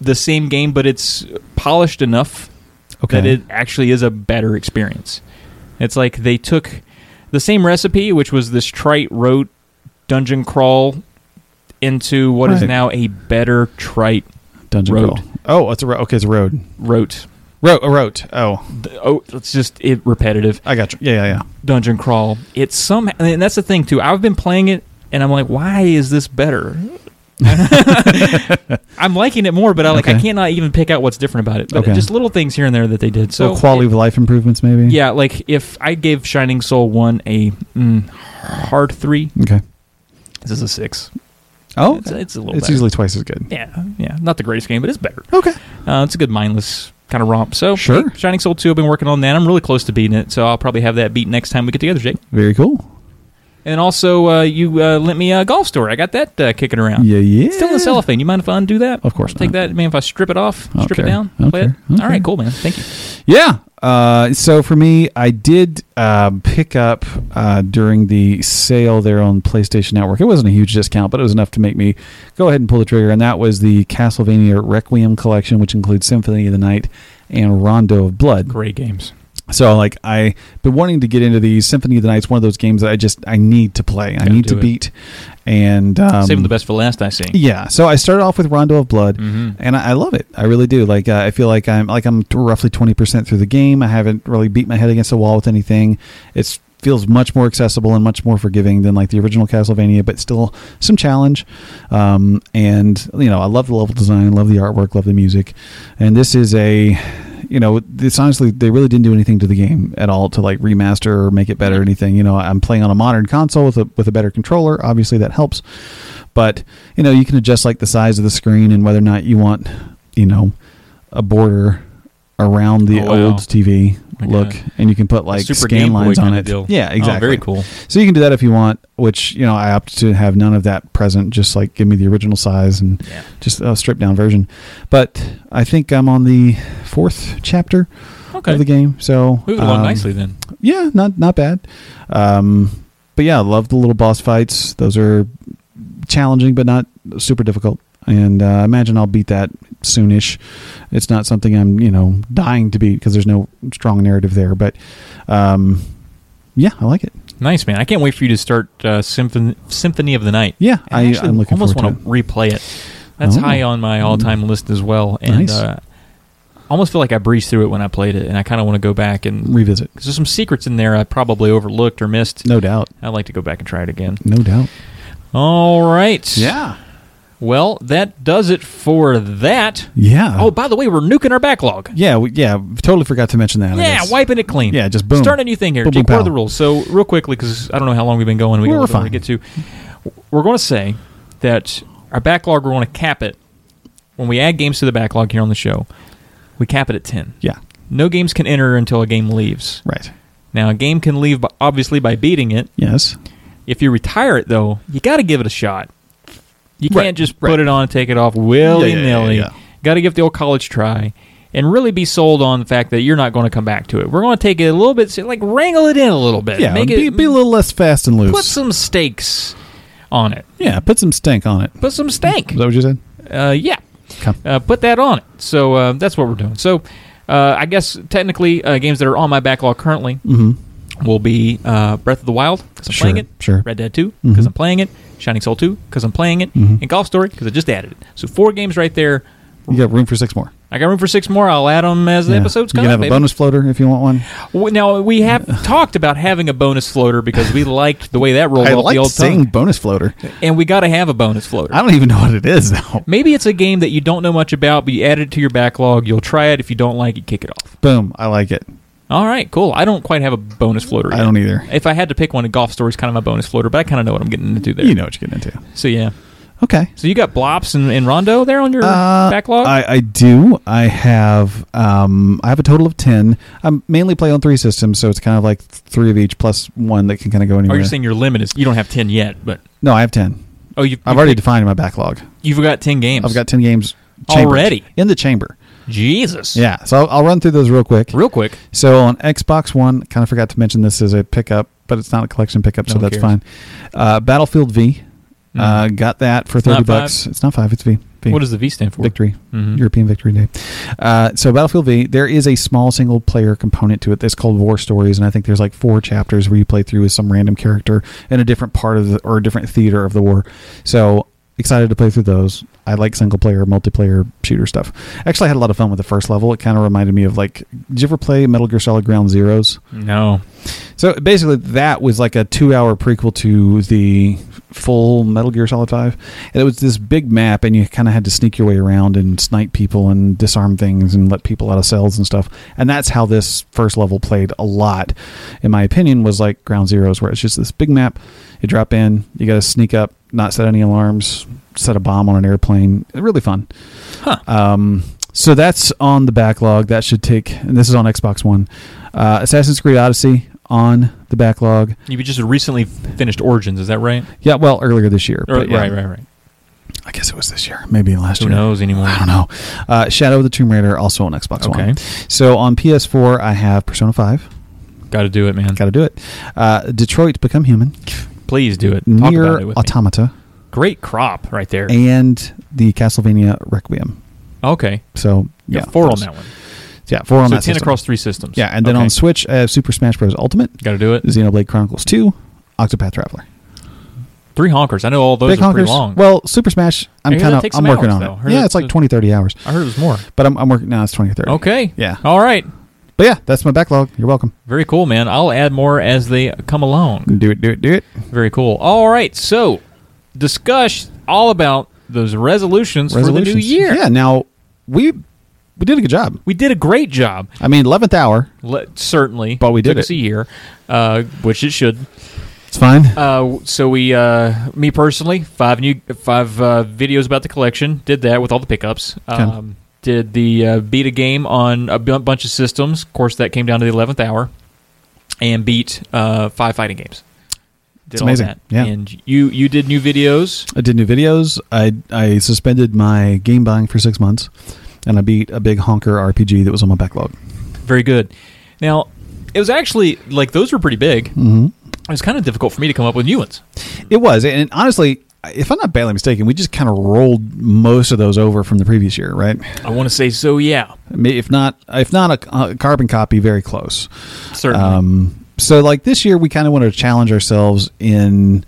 S2: the same game, but it's polished enough
S3: Okay.
S2: that it actually is a better experience. It's like they took the same recipe, which was this trite rote dungeon crawl, into what is
S3: Right.
S2: now a better trite
S3: Dungeon
S2: road.
S3: Crawl. Oh, it's a ro- okay. It's a road.
S2: rote.
S3: Road. A road. Oh,
S2: The- Oh, it's just it repetitive
S3: I got you. Yeah, yeah, yeah.
S2: dungeon crawl. It's somehow, and that's the thing too. I've been playing it, and I'm like, why is this better? [laughs] I'm liking it more, but I like I
S3: Okay.
S2: cannot even pick out what's different about it. But
S3: Okay.
S2: just little things here and there that they did. So
S3: So quality of life improvements, maybe.
S2: Yeah, like if I gave Shining Soul one a mm, hard three,
S3: Okay.
S2: this is a six.
S3: Oh,
S2: It's, it's a little.
S3: it's
S2: better.
S3: usually twice as good.
S2: yeah, yeah, not the greatest game, but it's better.
S3: Okay.
S2: Uh, it's a good mindless kind of romp. So
S3: Sure.
S2: hey, Shining Soul two. I've been working on that. I'm really close to beating it, so I'll probably have that beat next time we get together, Jake.
S3: Very cool.
S2: And also, uh, you uh, lent me a golf story. I got that uh, kicking around.
S3: Yeah, yeah.
S2: Still in cellophane. You mind if I undo that?
S3: Of course
S2: Take
S3: not.
S2: that, man. If I strip it off, strip it
S3: Okay.
S2: down, play
S3: Okay.
S2: it. All
S3: Okay.
S2: right, cool, man. Thank you.
S3: Yeah. Uh, so for me, I did um pick up uh, during the sale there on PlayStation Network. It wasn't a huge discount, but it was enough to make me go ahead and pull the trigger. And that was the Castlevania Requiem collection, which includes Symphony of the Night and Rondo of Blood.
S2: Great games.
S3: So like I've been wanting to get into these Symphony of the Night's one of those games that I just I need to play. I
S2: Gotta
S3: need to
S2: do it.
S3: beat. And um,
S2: Saving the best Mm-hmm. for last, I see.
S3: yeah, so I started off with Rondo of Blood,
S2: Mm.
S3: and I, I love it. I really do. Like uh, I feel like I'm like I'm roughly twenty percent through the game. I haven't really beat my head against the wall with anything. It feels much more accessible and much more forgiving than like the original Castlevania, but still some challenge. Um, and you know, I love the level design, love the artwork, love the music, and this is a. You know, this honestly, they really didn't do anything to the game at all to like remaster or make it better or anything. You know, I'm playing on a modern console with a with a better controller. Obviously, that helps but you know you can adjust like the size of the screen and whether or not you want you know a border around the
S2: Oh, wow.
S3: old TV
S2: My
S3: look
S2: God.
S3: and you can put like
S2: Super
S3: scan
S2: Game Boy
S3: lines on
S2: kinda
S3: it.
S2: deal.
S3: Yeah,
S2: Oh,
S3: exactly.
S2: very cool.
S3: So you can do that if you want, which you know I opt to have none of that present. Just like give me the original size and
S2: Yeah.
S3: just a stripped down version. But I think I'm on the fourth chapter
S2: Okay.
S3: of the game, so
S2: Moving along
S3: um,
S2: nicely then.
S3: yeah, not not bad. Um, but yeah, love the little boss fights. Those are challenging, but not super difficult. And uh, I imagine I'll beat that soonish. It's not something I'm you know dying to beat because there's no strong narrative there. But um, yeah, I like it.
S2: Nice man. I can't wait for you to start uh, Symphony Symphony of the Night.
S3: Yeah,
S2: And
S3: I,
S2: actually
S3: I'm looking
S2: almost want
S3: forward to
S2: to replay it. That's
S3: Oh.
S2: high on my all time list as well. And
S3: Nice.
S2: uh, I almost feel like I breezed through it when I played it, and I kind of want to go back and
S3: it. revisit.
S2: because there's some secrets in there I probably overlooked or missed.
S3: No doubt,
S2: I'd like to go back and try it again.
S3: no doubt.
S2: All right. Well, that does it for that.
S3: yeah,
S2: Oh, by the way, we're nuking our backlog.
S3: yeah, we, yeah. Totally forgot to mention that. I
S2: Yeah,
S3: guess.
S2: wiping it clean.
S3: Oh Yeah, just boom.
S2: Start a new thing here.
S3: Boom,
S2: Jake,
S3: boom,
S2: what are
S3: pow.
S2: the rules? So, real quickly, because I don't know how long we've been going. We
S3: We're
S2: got a little bit more
S3: fine.
S2: to get to. We're going to say that Our backlog, we're going to cap it. When we add games to the backlog here on the show, we cap it at 10.
S3: Yeah.
S2: No games can enter until a game leaves.
S3: Right.
S2: Now, a game can leave, by, obviously, by beating it.
S3: Yes.
S2: If you retire it, though, you got to give it a shot. You
S3: Right,
S2: can't just
S3: right.
S2: put it on and take it off willy nilly.
S3: yeah.
S2: Got to give the old college try and really be sold on the fact that you're not going to come back to it. We're going to take it a little bit, like wrangle it in a little bit.
S3: Yeah.
S2: Uh, Make
S3: be,
S2: it,
S3: be a little less fast and loose.
S2: put some stakes on it.
S3: yeah. Put some stink on it.
S2: Put some stank.
S3: Is that what you said?
S2: Uh, yeah.
S3: Okay.
S2: Uh, put that on it. So uh, that's what we're doing. So uh, I guess technically, uh, games that are on my backlog currently will be uh, Breath of the Wild because I'm
S3: Mm-hmm. Sure,
S2: playing it,
S3: sure. Mm-hmm.
S2: Red Dead 2 because I'm playing it, Shining Soul 2 because I'm playing it, and Golf Story because I just added it. So four games right there.
S3: You got room for six more.
S2: I got room for six more. I'll add them as the
S3: Yeah.
S2: episodes
S3: you
S2: come.
S3: can have
S2: baby.
S3: a bonus floater if you want one.
S2: W- Now we
S3: [laughs]
S2: have talked about having a bonus floater because we liked the way that rolled
S3: I
S2: off
S3: like
S2: the old
S3: saying
S2: tongue,
S3: bonus floater.
S2: and we got to have a bonus floater.
S3: I don't even know what it
S2: [laughs]
S3: is though.
S2: Maybe it's a game that you don't know much about, but you add it to your backlog. You'll try it. If you don't like it, kick it off.
S3: Boom. I like it.
S2: All right, cool. I don't quite have a bonus floater.
S3: I
S2: yet.
S3: don't either.
S2: If I had to pick one, a golf story is kind of my bonus floater, but I kind of know what I'm getting into there.
S3: You know what you're getting into.
S2: So yeah.
S3: Okay.
S2: So you got Blops and, and Rondo there on your
S3: Uh,
S2: backlog.
S3: I, I do. I have um, I have a total of ten. I mainly play on three systems, so it's kind of like three of each plus one that can kind of go
S2: Are
S3: anywhere.
S2: you saying your limit is you don't have ten yet? But
S3: no, I have ten.
S2: oh, you
S3: I've already defined my backlog.
S2: you've got ten games.
S3: I've got ten games chambered.
S2: Already?
S3: in the chamber.
S2: Jesus.
S3: Yeah, so I'll, I'll run through those real quick.
S2: Real quick.
S3: So on Xbox One, kind of forgot to mention this is a pickup, but it's not a collection pickup,
S2: No
S3: so
S2: one
S3: that's
S2: cares. Mm-hmm.
S3: fine. Uh, Battlefield V, uh, got that for thirty
S2: not five.
S3: bucks. It's not five. It's V. v.
S2: What does the V stand for?
S3: Victory,
S2: Mhm.
S3: European Victory Day. Uh, so Battlefield V, there is a small single player component to it. That's called War Stories, and I think there's like four chapters where you play through as some random character in a different part of the or a different theater of the war. So excited to play through those. I like single player, multiplayer shooter stuff. Actually, I had a lot of fun with the first level. It kind of reminded me of like, did you ever play Metal Gear Solid Ground Zeroes?
S2: No.
S3: So basically, that was like a two-hour prequel to the full Metal Gear Solid Five, and it was this big map, and you kind of had to sneak your way around and snipe people and disarm things and let people out of cells and stuff. And that's how this first level played a lot, in my opinion, was like Ground Zeroes, where it's just this big map. You drop in, you got to sneak up, not set any alarms, set a bomb on an airplane. Really fun. Um, so that's on the backlog. That should take, and this is on Xbox One. Uh, Assassin's Creed Odyssey on the backlog.
S2: You just recently finished Origins. Is that right?
S3: Yeah, well, earlier this year.
S2: Or-
S3: but yeah,
S2: Right. Right. Right.
S3: I guess it was this year, maybe last
S2: Who
S3: year.
S2: knows anymore?
S3: I don't know. Uh, Shadow of the Tomb Raider also on Xbox
S2: Okay.
S3: One. So on PS4, I have Persona 5.
S2: Got to do it, man.
S3: Got to do it. Uh, Detroit Become Human.
S2: Please do it. Talk
S3: Near
S2: about it with me.
S3: Automata.
S2: Great crop right there.
S3: And the Castlevania Requiem.
S2: Okay.
S3: So yeah,
S2: Yeah, four on
S3: those-
S2: that one.
S3: Yeah, four on
S2: so
S3: that.
S2: ten
S3: system.
S2: across three systems.
S3: Yeah, and then on Switch, I have Super Smash Bros. Ultimate.
S2: Got to do it.
S3: Xenoblade Chronicles 2, Octopath Traveler.
S2: Three honkers. I know all those
S3: Big
S2: are
S3: honkers.
S2: pretty long.
S3: Well, Super Smash,
S2: I
S3: I'm
S2: hear that
S3: kind of
S2: takes
S3: I'm
S2: some
S3: working
S2: hours,
S3: on
S2: though.
S3: it.
S2: Heard
S3: Yeah,
S2: it-
S3: it's like 20 30 hours.
S2: I heard it was more.
S3: But I'm, I'm working now it's 20 30.
S2: Okay.
S3: Yeah.
S2: All right.
S3: But yeah, that's my backlog. You're welcome.
S2: Very cool, man. I'll add more as they come along.
S3: Do it, do it, do it.
S2: Very cool. All right. So, discuss all about those resolutions, for the new
S3: Resolutions.
S2: year.
S3: Yeah, now we we did a good job.
S2: We did a great job.
S3: I mean, 11th hour.
S2: Le- certainly.
S3: But we did
S2: Took us
S3: it.
S2: a year, uh, which it should.
S3: It's fine.
S2: Uh, so we, uh, me personally, five new five uh, videos about the collection. Did that with all the pickups. Um, did the uh, beat a game on a bu- bunch of systems. Of course, that came down to the eleventh hour, and beat uh, five fighting games. Did
S3: It's amazing.
S2: All that.
S3: Yeah.
S2: and you you did new videos.
S3: I did new videos. I I suspended my game buying for 6 months and I beat a big honker RPG that was on my backlog.
S2: Very good. Now, it was actually like those were pretty big. Mm-hmm. It was kind of difficult for me to come up with new ones.
S3: It was, and honestly, if I'm not badly mistaken, we just kind of rolled most of those over from the previous year, right?
S2: I want to say so. Yeah,
S3: I mean, If not, if not a, a carbon copy, very close.
S2: certainly.
S3: Um, so, like this year, we kind of wanted to challenge ourselves in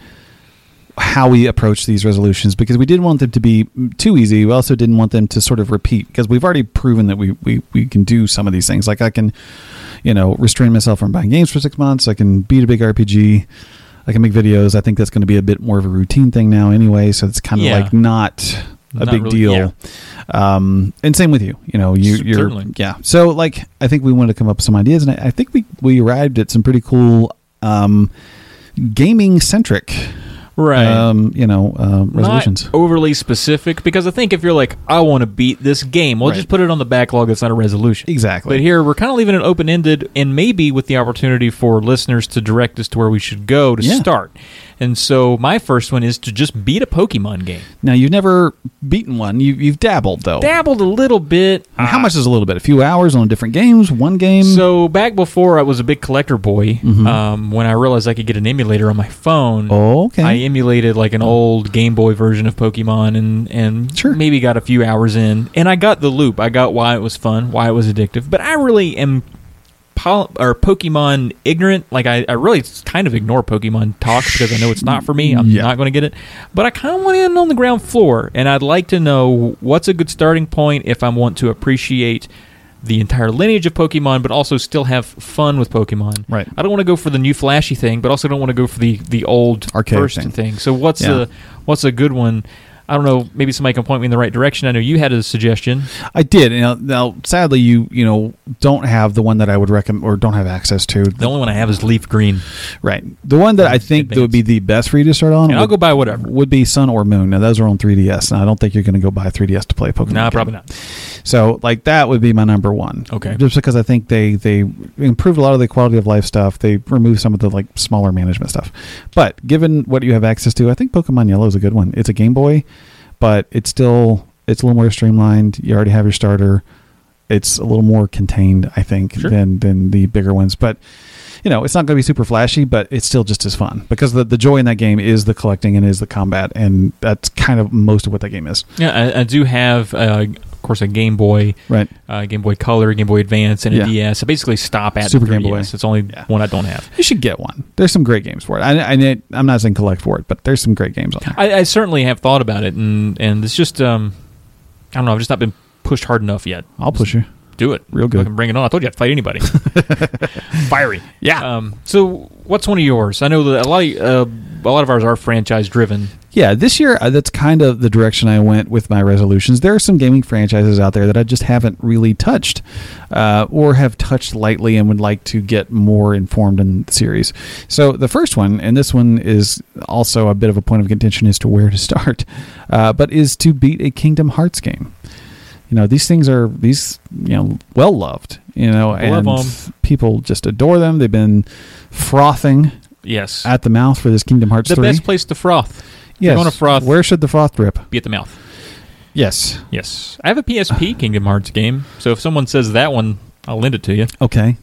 S3: how we approach these resolutions because we didn't want them to be too easy. We also didn't want them to sort of repeat because we've already proven that we, we, we can do some of these things. Like I can, you know, restrain myself from buying games for six months. I can beat a big RPG. I can make videos. I think that's going to be a bit more of a routine thing now anyway. So it's kind of
S2: Yeah.
S3: like not a
S2: Not
S3: big
S2: really-
S3: deal.
S2: yeah.
S3: Um, and same with you, you know, you,
S2: Cer-
S3: you're,
S2: certainly.
S3: yeah. So like, I think we wanted to come up with some ideas and I, I think we, we arrived at some pretty cool, um, gaming centric
S2: Right.
S3: um, you know, um, resolutions.
S2: Not overly specific because I think if you're like, I want to beat this game, we'll
S3: Right.
S2: just put it on the backlog. It's not a resolution.
S3: Exactly.
S2: But here we're kind of leaving it open ended and maybe with the opportunity for listeners to direct us to where we should go to
S3: Yeah.
S2: start. And so my first one is to just beat a Pokemon game.
S3: Now you've never beaten one. You, you've dabbled though.
S2: Dabbled a little bit.
S3: And How much is a little bit? A few hours on different games, one game.
S2: Ah.
S3: Mm-hmm.
S2: So back before I was a big collector boy, um, when I realized I could get an emulator on my phone,
S3: Oh, okay.
S2: I emulated like an old Game Boy version of Pokemon, and and
S3: Sure.
S2: maybe got a few hours in, and I got the loop. I got why it was fun, why it was addictive, but I really am. Pol- or Pokemon ignorant, like I, I really kind of ignore Pokemon talk because I know it's not for me. I'm
S3: Yeah.
S2: not going to get it, but I kind of want in on the ground floor, and I'd like to know what's a good starting point if I want to appreciate the entire lineage of Pokemon, but also still have fun with Pokemon.
S3: Right.
S2: I don't want to go for the new flashy thing, but also don't want to go for the the old
S3: Archaic
S2: first
S3: thing.
S2: thing. So what's
S3: Yeah.
S2: a what's a good one? I don't know. Maybe somebody can point me in the right direction. I know you had a suggestion.
S3: I did. Now, now, sadly, you you know don't have the one that I would recommend or don't have access to.
S2: The only one I have is leaf green,
S3: right, the one that I think that would be the best for you to start on.
S2: and I'll
S3: would,
S2: go buy whatever.
S3: would be Sun or Moon. Now those are on 3DS, and I don't think you're going to go buy 3DS to play Pokemon.
S2: No,
S3: game.
S2: probably not.
S3: So, like that would be my number one.
S2: Okay.
S3: just because I think they they improved a lot of the quality of life stuff. They removed some of the like smaller management stuff. But given what you have access to, I think Pokemon Yellow is a good one. It's a Game Boy, but it's still it's a little more streamlined. You already have your starter. It's a little more contained, I think,
S2: Sure.
S3: than than the bigger ones. But you know, it's not going to be super flashy, but it's still just as fun because the the joy in that game is the collecting and is the combat, and that's kind of most of what that game is.
S2: Yeah, I, I do have, uh, of course, a Game Boy,
S3: Right.
S2: uh, Game Boy Color, Game Boy Advance, and a
S3: Yeah.
S2: DS. I basically stop at
S3: Super
S2: the
S3: Game Boy.
S2: 3DS. It's only
S3: Yeah.
S2: one I don't have.
S3: You should get one. There's some great games for it. I, I, am not saying collect for it, but there's some great games on there.
S2: I, I certainly have thought about it, and and it's just um, I don't know. I've just not been pushed hard enough yet.
S3: I'll push you.
S2: Do it
S3: Oh, Real good.
S2: Fucking bring it on. I told you I'd fight
S3: [laughs]
S2: anybody. Fiery.
S3: Yeah.
S2: Um, so what's one of yours? I know that a lot of, uh, a lot of ours are franchise driven.
S3: Yeah, this year uh, that's kind of the direction I went with my resolutions. There are some gaming franchises out there that I just haven't really touched, uh, or have touched lightly, and would like to get more informed in the series. So the first one, and this one is also a bit of a point of contention as to where to [laughs] start, uh, but is to beat a Kingdom Hearts game. You know, these things are these you know well loved. You know,
S2: Love
S3: and
S2: 'em.
S3: people just adore them. They've been frothing
S2: Yes.
S3: at the mouth for this Kingdom Hearts
S2: the
S3: three.
S2: best place to froth.
S3: Yes.
S2: going to froth.
S3: Where should the froth drip?
S2: Be at the mouth.
S3: Yes.
S2: Yes. I have a
S3: [sighs]
S2: PSP Kingdom Hearts game, so if someone says that one, I'll lend it to you.
S3: Okay.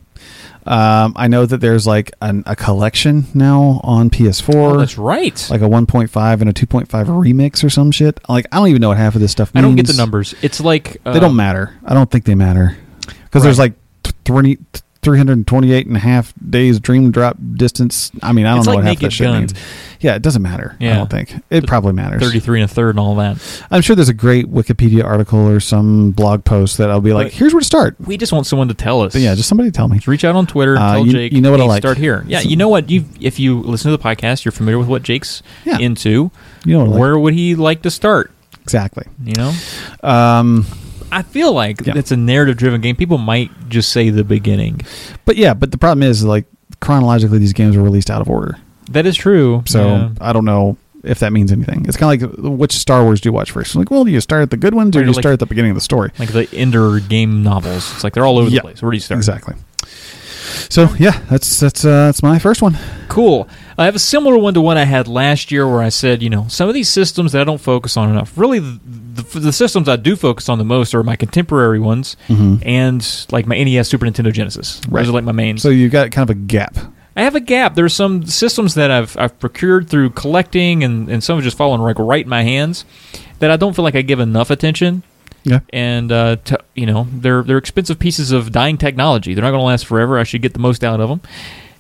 S3: Um, I know that there's like an, a collection now on PS4,
S2: Oh, that's right.
S3: like a 1.5 and a 2.5 remix or some shit. Like I don't even know what half of this stuff.
S2: I
S3: means.
S2: don't get the numbers. It's like uh,
S3: They don't matter. I don't think they matter because there's like t- 20. 328 and a half days dream drop distance. I mean, I don't
S2: It's
S3: know
S2: like
S3: what half of
S2: Naked
S3: that shit
S2: Gun.
S3: means. Yeah, it doesn't matter. I
S2: Yeah.
S3: don't think. It probably matters.
S2: 33 and a third and all that.
S3: I'm sure there's a great Wikipedia article or some blog post that I'll be like,
S2: But-
S3: here's where to start.
S2: We just want someone to tell us.
S3: But yeah, just somebody tell me.
S2: Just reach out on Twitter.
S3: Uh,
S2: tell
S3: you-
S2: Jake.
S3: you know what I
S2: hey,
S3: like.
S2: Start here. Yeah, you know what? You if you listen to the podcast, you're familiar with what Jake's
S3: Yeah.
S2: into.
S3: You know what I like.
S2: where would he like to start?
S3: Exactly.
S2: You know,
S3: Um,
S2: I feel like
S3: Yeah.
S2: it's a narrative-driven game. People might just say the beginning.
S3: but yeah, but the problem is like chronologically, these games were released out of order.
S2: That is true.
S3: So
S2: Yeah.
S3: I don't know if that means anything. It's kind of like which Star Wars do you watch first? Like, well, do you start at the good ones or
S2: Or
S3: do
S2: do
S3: you
S2: like-
S3: start at the beginning of the story?
S2: like the Ender game novels, it's like they're all over
S3: Yeah.
S2: the place. Where do you start?
S3: Exactly. So yeah, that's that's uh, that's my first one.
S2: Cool. I have a similar one to one I had last year where I said, you know, some of these systems that I don't focus on enough. Really, the, the, the systems I do focus on the most are my contemporary ones and like my NES, Super Nintendo, Genesis.
S3: Mm-hmm. Right.
S2: Those are like my main.
S3: So you've got kind of a gap.
S2: I have a gap. There's some systems that I've, I've procured through collecting and, and some have just fallen like right in my hands that I don't feel like I give enough attention.
S3: Yeah.
S2: And uh, t- you know they're they're expensive pieces of dying technology. They're not going to last forever. I should get the most out of them.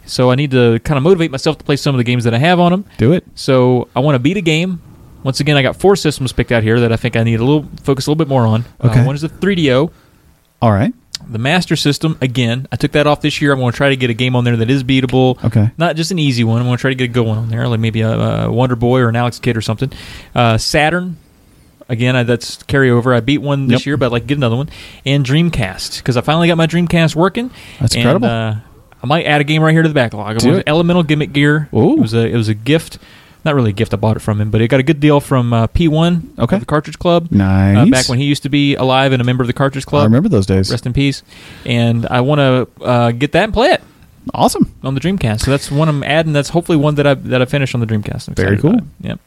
S2: So I need to kind of motivate myself to play some of the games that I have on them.
S3: Do it.
S2: So I want to beat a game. Once again, I got four systems picked out here that I think I need a little focus a little bit more on.
S3: Okay.
S2: Uh, one is the 3DO,
S3: All right.
S2: the Master System. Again, I took that off this year. I'm going to try to get a game on there that is beatable.
S3: Okay.
S2: Not just an easy one. I'm going to try to get a good one on there, like maybe a, a Wonder Boy or an Alex Kidd or something. Uh, Saturn. Again, I, that's carryover. I beat one this
S3: Yep.
S2: year, but I'd like to get another one. And Dreamcast because I finally got my Dreamcast working.
S3: That's
S2: And,
S3: incredible.
S2: Uh, I might add a game right here to the backlog. It
S3: Do
S2: was
S3: it.
S2: Elemental Gimmick Gear.
S3: Ooh.
S2: It was a it was a gift. not really a gift. I bought it from him, but it got a good deal from uh, P1,
S3: Okay.
S2: of the Cartridge Club.
S3: Nice.
S2: Uh, back when he used to be alive and a member of the Cartridge Club.
S3: I remember those days.
S2: Rest in peace. And I want to uh, get that and play it
S3: Awesome.
S2: on the Dreamcast. So that's one I'm adding. That's hopefully one that I that I finish on the Dreamcast. I'm
S3: Very
S2: excited about
S3: cool.
S2: it. Yep.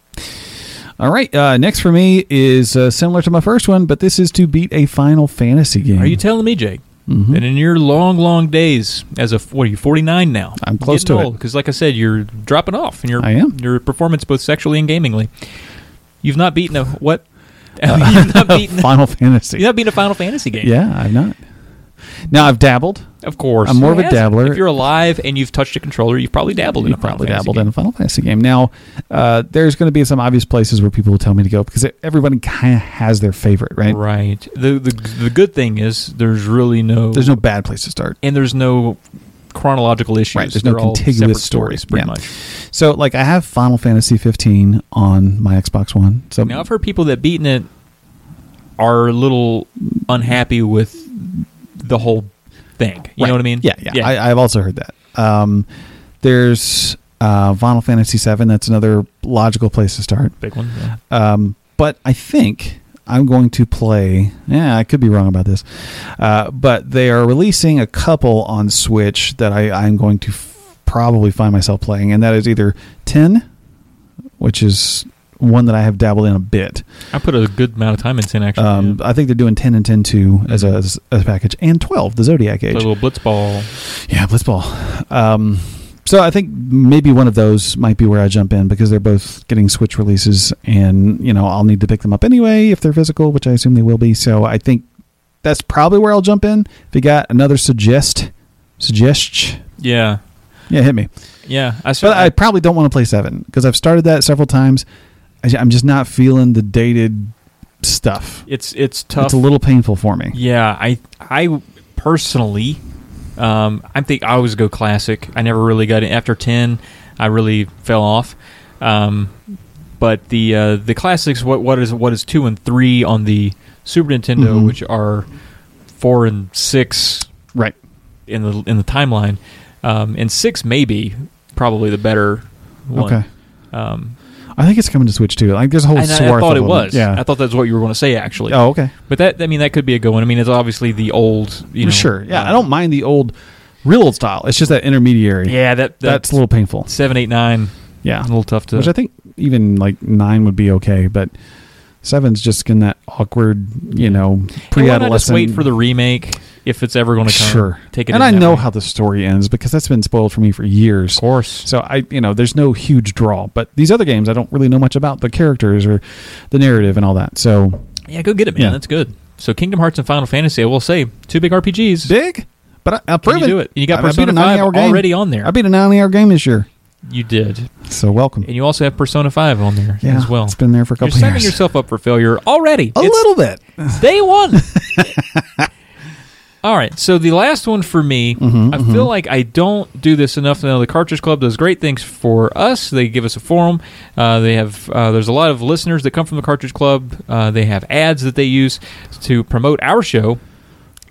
S3: All right. Uh, next for me is uh, similar to my first one, but this is to beat a Final Fantasy game.
S2: Are you telling me, Jake,
S3: Mm-hmm.
S2: that in your long, long days as a what are you forty nine now?
S3: I'm close to it.
S2: because, like I said, you're dropping off, and your
S3: I am.
S2: your performance both sexually and gamingly. You've not beaten a
S3: [laughs]
S2: what? you've not beaten.
S3: Final Fantasy?
S2: You've not beaten a Final Fantasy game.
S3: Yeah, I've not. Now I've dabbled.
S2: Of course.
S3: I'm more of a
S2: Who hasn't?
S3: dabbler.
S2: If you're alive and you've touched a controller, you've probably dabbled in
S3: You
S2: a Final
S3: probably
S2: Fantasy
S3: dabbled
S2: game.
S3: in a Final Fantasy game. Now, uh, there's going to be some obvious places where people will tell me to go because everybody kind of has their favorite, right?
S2: Right. The, the the good thing is there's really no
S3: There's no bad place to start.
S2: and there's no chronological issues.
S3: Right, there's no
S2: They're all
S3: contiguous
S2: separate
S3: stories,
S2: stories, pretty
S3: yeah.
S2: much.
S3: So, like, I have Final Fantasy 15 on my Xbox One. So
S2: Now I've heard people that beaten it are a little unhappy with the whole thing. You
S3: Right.
S2: know what I mean?
S3: Yeah, yeah. I, I've also heard that. Um, there's uh, Final Fantasy VII. That's another logical place to start.
S2: Big one. yeah.
S3: Um, but I think I'm going to play. Yeah, I could be wrong about this, uh, but they are releasing a couple on Switch that I, I'm going to f- probably find myself playing, and that is either Ten, which is one that I have dabbled in a bit.
S2: I put a good amount of time into it actually.
S3: Um,
S2: yeah.
S3: I think they're doing Ten and Ten Two as a, as a package, and Twelve, the Zodiac Age.
S2: Play a little blitzball.
S3: Yeah, Blitzball. Um, so I think maybe one of those might be where I jump in because they're both getting Switch releases, and you know I'll need to pick them up anyway if they're physical, which I assume they will be. So I think that's probably where I'll jump in. If you got another suggest, suggest,
S2: Yeah.
S3: yeah, hit me.
S2: Yeah. I
S3: But I
S2: certainly-
S3: probably don't want to play seven because I've started that several times. I ju- I'm just not feeling the dated stuff.
S2: it's it's tough.
S3: It's a little painful for me.
S2: Yeah, I I personally, um, I think I always go classic. I never really got it after ten. I really fell off. Um, but the uh, the classics, what what is what is two and three on the Super Nintendo,
S3: Mhm.
S2: which are four and six
S3: Right.
S2: in the in the timeline, um, and six maybe probably the better one.
S3: Okay.
S2: Um,
S3: I think it's coming to Switch too. Like there's a whole
S2: and I, I
S3: swath
S2: thought
S3: of
S2: it
S3: them.
S2: was.
S3: Yeah.
S2: I thought that's what you were going to say actually.
S3: oh, okay.
S2: But that I mean that could be a good one. I mean it's obviously the old. You know,
S3: sure. Yeah,
S2: um,
S3: I don't mind the old, real old style. It's just that intermediary.
S2: Yeah, that
S3: that's a little painful.
S2: seven, eight, nine.
S3: Yeah,
S2: A little uh, tough to.
S3: which I think even like nine would be okay, but seven's just in that awkward, you
S2: Hey,
S3: know,
S2: why not
S3: pre-adolescent.
S2: just wait for the remake if it's ever going to come.
S3: sure.
S2: take it.
S3: and
S2: in
S3: I
S2: that
S3: know
S2: way.
S3: how the story ends because that's been spoiled for me for years.
S2: Of course.
S3: So I, you know, there's no huge draw, but these other games I don't really know much about the characters or the narrative and all that. So
S2: Yeah, go get it, man.
S3: Yeah.
S2: That's good. So Kingdom Hearts and Final Fantasy, I will say, two big RPGs.
S3: big, but I, I've
S2: Can you
S3: proven
S2: do it? You got
S3: I- I beat
S2: Persona
S3: a nine
S2: 5
S3: hour game.
S2: already on there.
S3: I beat a nine-hour game this year,
S2: you did,
S3: so welcome.
S2: and you also have Persona Five on there
S3: Yeah,
S2: as well.
S3: it's been there for a
S2: You're
S3: couple
S2: setting
S3: years.
S2: yourself up for failure already.
S3: a
S2: It's
S3: little bit.
S2: Day one. [laughs] All right, so the last one for me, I feel like I don't do this enough. Now the Cartridge Club does great things for us. They give us a forum. Uh, they have uh, there's a lot of listeners that come from the Cartridge Club. Uh, they have ads that they use to promote our show,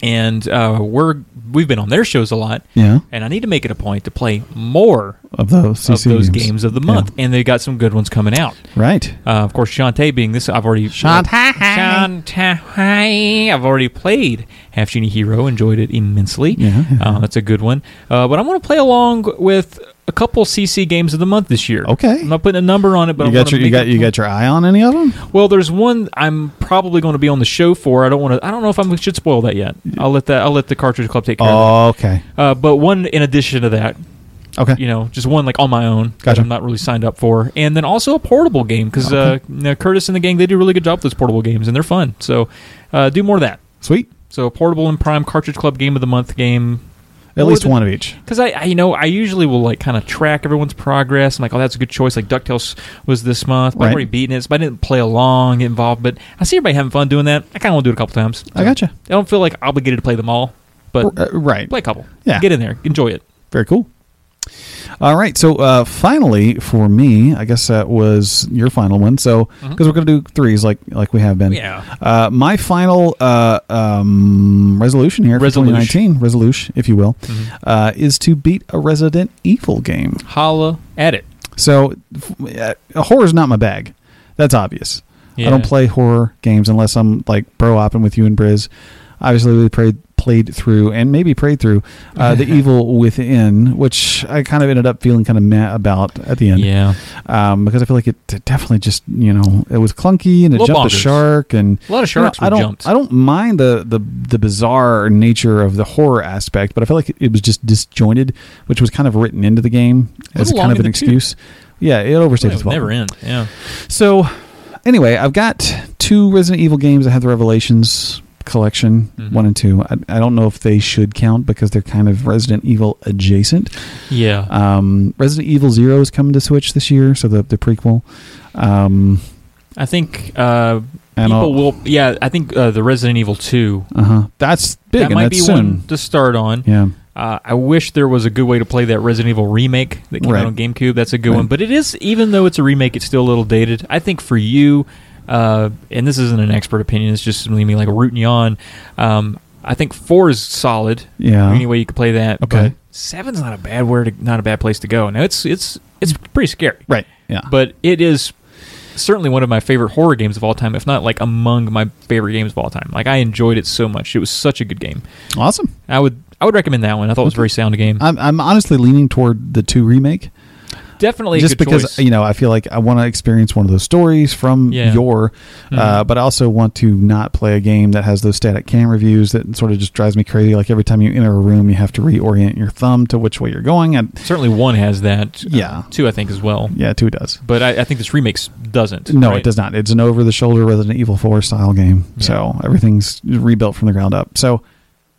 S2: and uh, we're we've been on their shows a lot.
S3: Yeah.
S2: And I need to make it a point to play more
S3: [laughs] Of those CC
S2: of those games. of the
S3: Yeah.
S2: month, and they got some good ones coming out.
S3: Right.
S2: Uh, of course, Shantae being this, I've already uh,
S3: Shantae.
S2: Shantae. I've already played Half Genie Hero, enjoyed it immensely.
S3: Yeah, yeah.
S2: Uh, that's a good one. Uh, but I'm going to play along with a couple CC games of the month this year.
S3: Okay.
S2: I'm not putting a number on it, but
S3: you
S2: I
S3: got
S2: wanna
S3: your you
S2: make
S3: got
S2: it-
S3: you got your eye on any of them?
S2: Well, there's one I'm probably going to be on the show for. I don't want to. I don't know if I should spoil that yet. I'll let that. I'll let the Cartridge Club take care
S3: Oh.
S2: of
S3: okay.
S2: it. Uh, but one in addition to that,
S3: Okay.
S2: you know, just one like on my own that
S3: Gotcha.
S2: I'm not really signed up for, and then also a portable game because uh,
S3: Okay.
S2: you know, Curtis and the gang they do a really good job with those portable games and they're fun. So uh, do more of that.
S3: Sweet.
S2: So portable and prime cartridge club game of the month game.
S3: At
S2: Or
S3: least
S2: the-
S3: one of each.
S2: Because I, I, you know, I usually will like kind of track everyone's progress. I'm like, oh, that's a good choice. Like Ducktales was this month. but
S3: Right.
S2: I've already beaten it, so I didn't play along, get involved. But I see everybody having fun doing that. I kind of want to do it a couple times.
S3: I gotcha.
S2: I don't feel like obligated to play them all, but
S3: Uh, right.
S2: play a couple.
S3: Yeah.
S2: get in there, enjoy it.
S3: Very cool. All right. So uh, finally, for me, I guess that was your final one. So because we're going to do threes like like we have been.
S2: Mm-hmm. Yeah.
S3: Uh, my final uh, um, resolution here, for
S2: Resolution. Mm-hmm.
S3: 2019 resolution, if you will, uh, is to beat a Resident Evil game.
S2: Holla at it.
S3: So f- uh, horror's not my bag. That's obvious. I
S2: Yeah.
S3: don't play horror games unless I'm like bro opping with you and Briz. Obviously, we played played through and maybe prayed through
S2: [laughs]
S3: uh, the Evil Within, which I kind of ended up feeling kind of mad about at the end.
S2: Yeah.
S3: Um, because I feel like it t- definitely just you know it was clunky and it
S2: Little
S3: jumped the
S2: bonkers.
S3: shark and
S2: A lot of
S3: you know,
S2: sharks were
S3: I don't
S2: jumped.
S3: I don't mind the, the the bizarre nature of the horror aspect, but I feel like it was just disjointed, which was kind of written into the game
S2: little
S3: as kind
S2: long
S3: of
S2: in
S3: an
S2: the tooth.
S3: excuse. Yeah, it
S2: It
S3: overstays its
S2: would
S3: welcome.
S2: never end. Yeah.
S3: So, anyway, I've got two Resident Evil games. I have the Revelations collection,
S2: Mm-hmm.
S3: one and two. I, I don't know if they should count because they're kind of Resident Evil adjacent.
S2: Yeah.
S3: Um, Resident Evil Zero is coming to Switch this year, so the the prequel. Um,
S2: I think uh,
S3: and
S2: people
S3: I'll-
S2: will. Yeah, I think uh, the Resident Evil Two.
S3: uh-huh. That's big.
S2: that
S3: and
S2: might
S3: that's
S2: be
S3: soon.
S2: one to start on.
S3: Yeah.
S2: Uh, I wish there was a good way to play that Resident Evil remake that came
S3: Right.
S2: out on GameCube. That's a good
S3: Right.
S2: one, but it is even though it's a remake, it's still a little dated. I think for you, uh, and this isn't an expert opinion; it's just me like rooting you on. Um, I think four is solid.
S3: Yeah.
S2: any way you can play that.
S3: Okay.
S2: but seven's not a bad where to, not a bad place to go. Now it's it's it's pretty scary,
S3: Right. Yeah.
S2: But it is certainly one of my favorite horror games of all time, if not like among my favorite games of all time. Like I enjoyed it so much; it was such a good game.
S3: awesome.
S2: I would I would recommend that one. I thought it was a very sound game.
S3: I'm I'm honestly leaning toward the two remake.
S2: Definitely a
S3: just
S2: good
S3: because
S2: choice.
S3: you know I feel like I want to experience one of those stories from
S2: Yeah. Mm-hmm.
S3: your, uh, but I also want to not play a game that has those static camera views that sort of just drives me crazy. Like every time you enter a room, you have to reorient your thumb to which way you're going, and
S2: certainly one has that. uh,
S3: Yeah.
S2: two I think as well.
S3: yeah, two does.
S2: But I, I think this remix doesn't.
S3: No,
S2: right?
S3: it does not. It's an over-the-shoulder Resident Evil Four style game, so everything's rebuilt from the ground up. So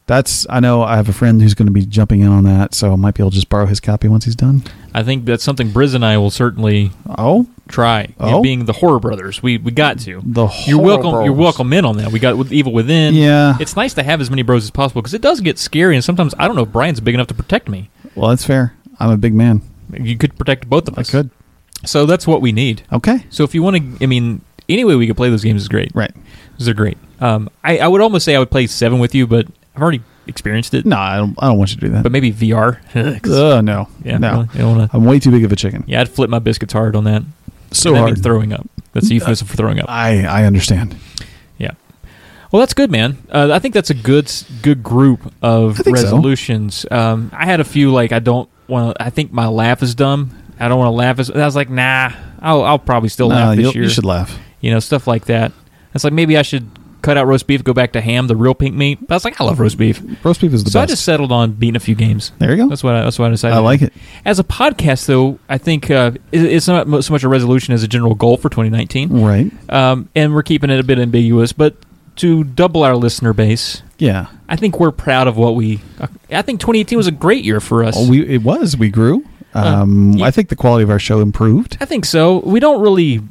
S3: that's I know I have a friend who's going to be jumping in on that, so I might be able to just borrow his copy once he's done.
S2: I think that's something Briz and I will certainly
S3: Oh,
S2: try. you know,
S3: Oh?
S2: being the horror brothers, we we got to
S3: The
S2: You're
S3: horror
S2: welcome. You're
S3: bros.
S2: welcome in on that. We got with Evil Within.
S3: Yeah.
S2: it's nice to have as many bros as possible because it does get scary, and sometimes I don't know if Brian's big enough to protect me.
S3: well, that's fair. I'm a big man.
S2: You could protect both of
S3: I
S2: us.
S3: could.
S2: So that's what we need.
S3: Okay.
S2: So if you want to, I mean, any way we could play those games is great.
S3: Right.
S2: Those are great. Um, I, I would almost say I would play seven with you, but I've already experienced it.
S3: No, I don't. I don't want you to do that.
S2: But maybe VR. 'Cause-
S3: Ugh, no,
S2: yeah,
S3: no.
S2: really, you don't wanna-
S3: I'm way too big of a chicken.
S2: yeah, I'd flip my biscuits hard on that.
S3: So
S2: that
S3: hard. Mm.
S2: means throwing up. That's a euphemism for throwing up.
S3: I I understand.
S2: Yeah. Well, that's good, man. Uh, I think that's a good s- good group of
S3: I think so.
S2: resolutions. Um, I had a few like I don't want. to I think my laugh is dumb. I don't want to laugh as. I was like, nah. I'll I'll probably still
S3: Nah,
S2: laugh
S3: you'll-
S2: this year.
S3: you should laugh.
S2: You know, stuff like that. It's like maybe I should cut out roast beef, go back to ham, the real pink meat. But I was like, I love roast beef,
S3: Roast beef is the
S2: so I
S3: best.
S2: just settled on beating a few games.
S3: there you go.
S2: That's what I, that's what I decided.
S3: I like it.
S2: As a podcast, though, I think uh, it- it's not mo- so much a resolution as a general goal for 2019
S3: Right.
S2: um, and we're keeping it a bit ambiguous. But to double our listener base,
S3: Yeah.
S2: I think we're proud of what we. uh, I think 2018 was a great year for us.
S3: Well, Oh, we it was we grew. Um,
S2: Uh, you-
S3: I think the quality of our show improved.
S2: I think so. We don't really.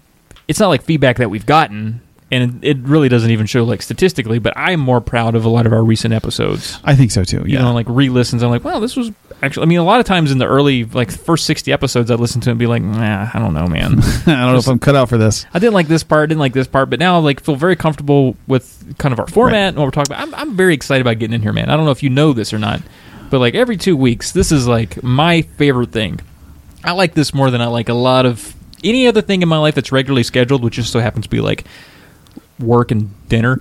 S2: It's not like feedback that we've gotten, and it, it really doesn't even show like statistically. But I'm more proud of a lot of our recent episodes.
S3: I think so too.
S2: You
S3: Yeah.
S2: know, like re-listens. I'm like, wow, this was actually. I mean, a lot of times in the early, like first 60 episodes, I'd listen to it and be like, nah, I don't know,
S3: [laughs]
S2: man.
S3: [laughs] I don't know if I'm cut out for this.
S2: I didn't like this part, didn't like this part, but now I like feel very comfortable with kind of our format and what we're talking about. I'm, I'm very excited about getting in here, man. I don't know if you know this or not, but like every two weeks, this is like my favorite thing. I like this more than I like a lot of any other thing in my life that's regularly scheduled, which just so happens to be like work and
S3: [laughs]
S2: dinner.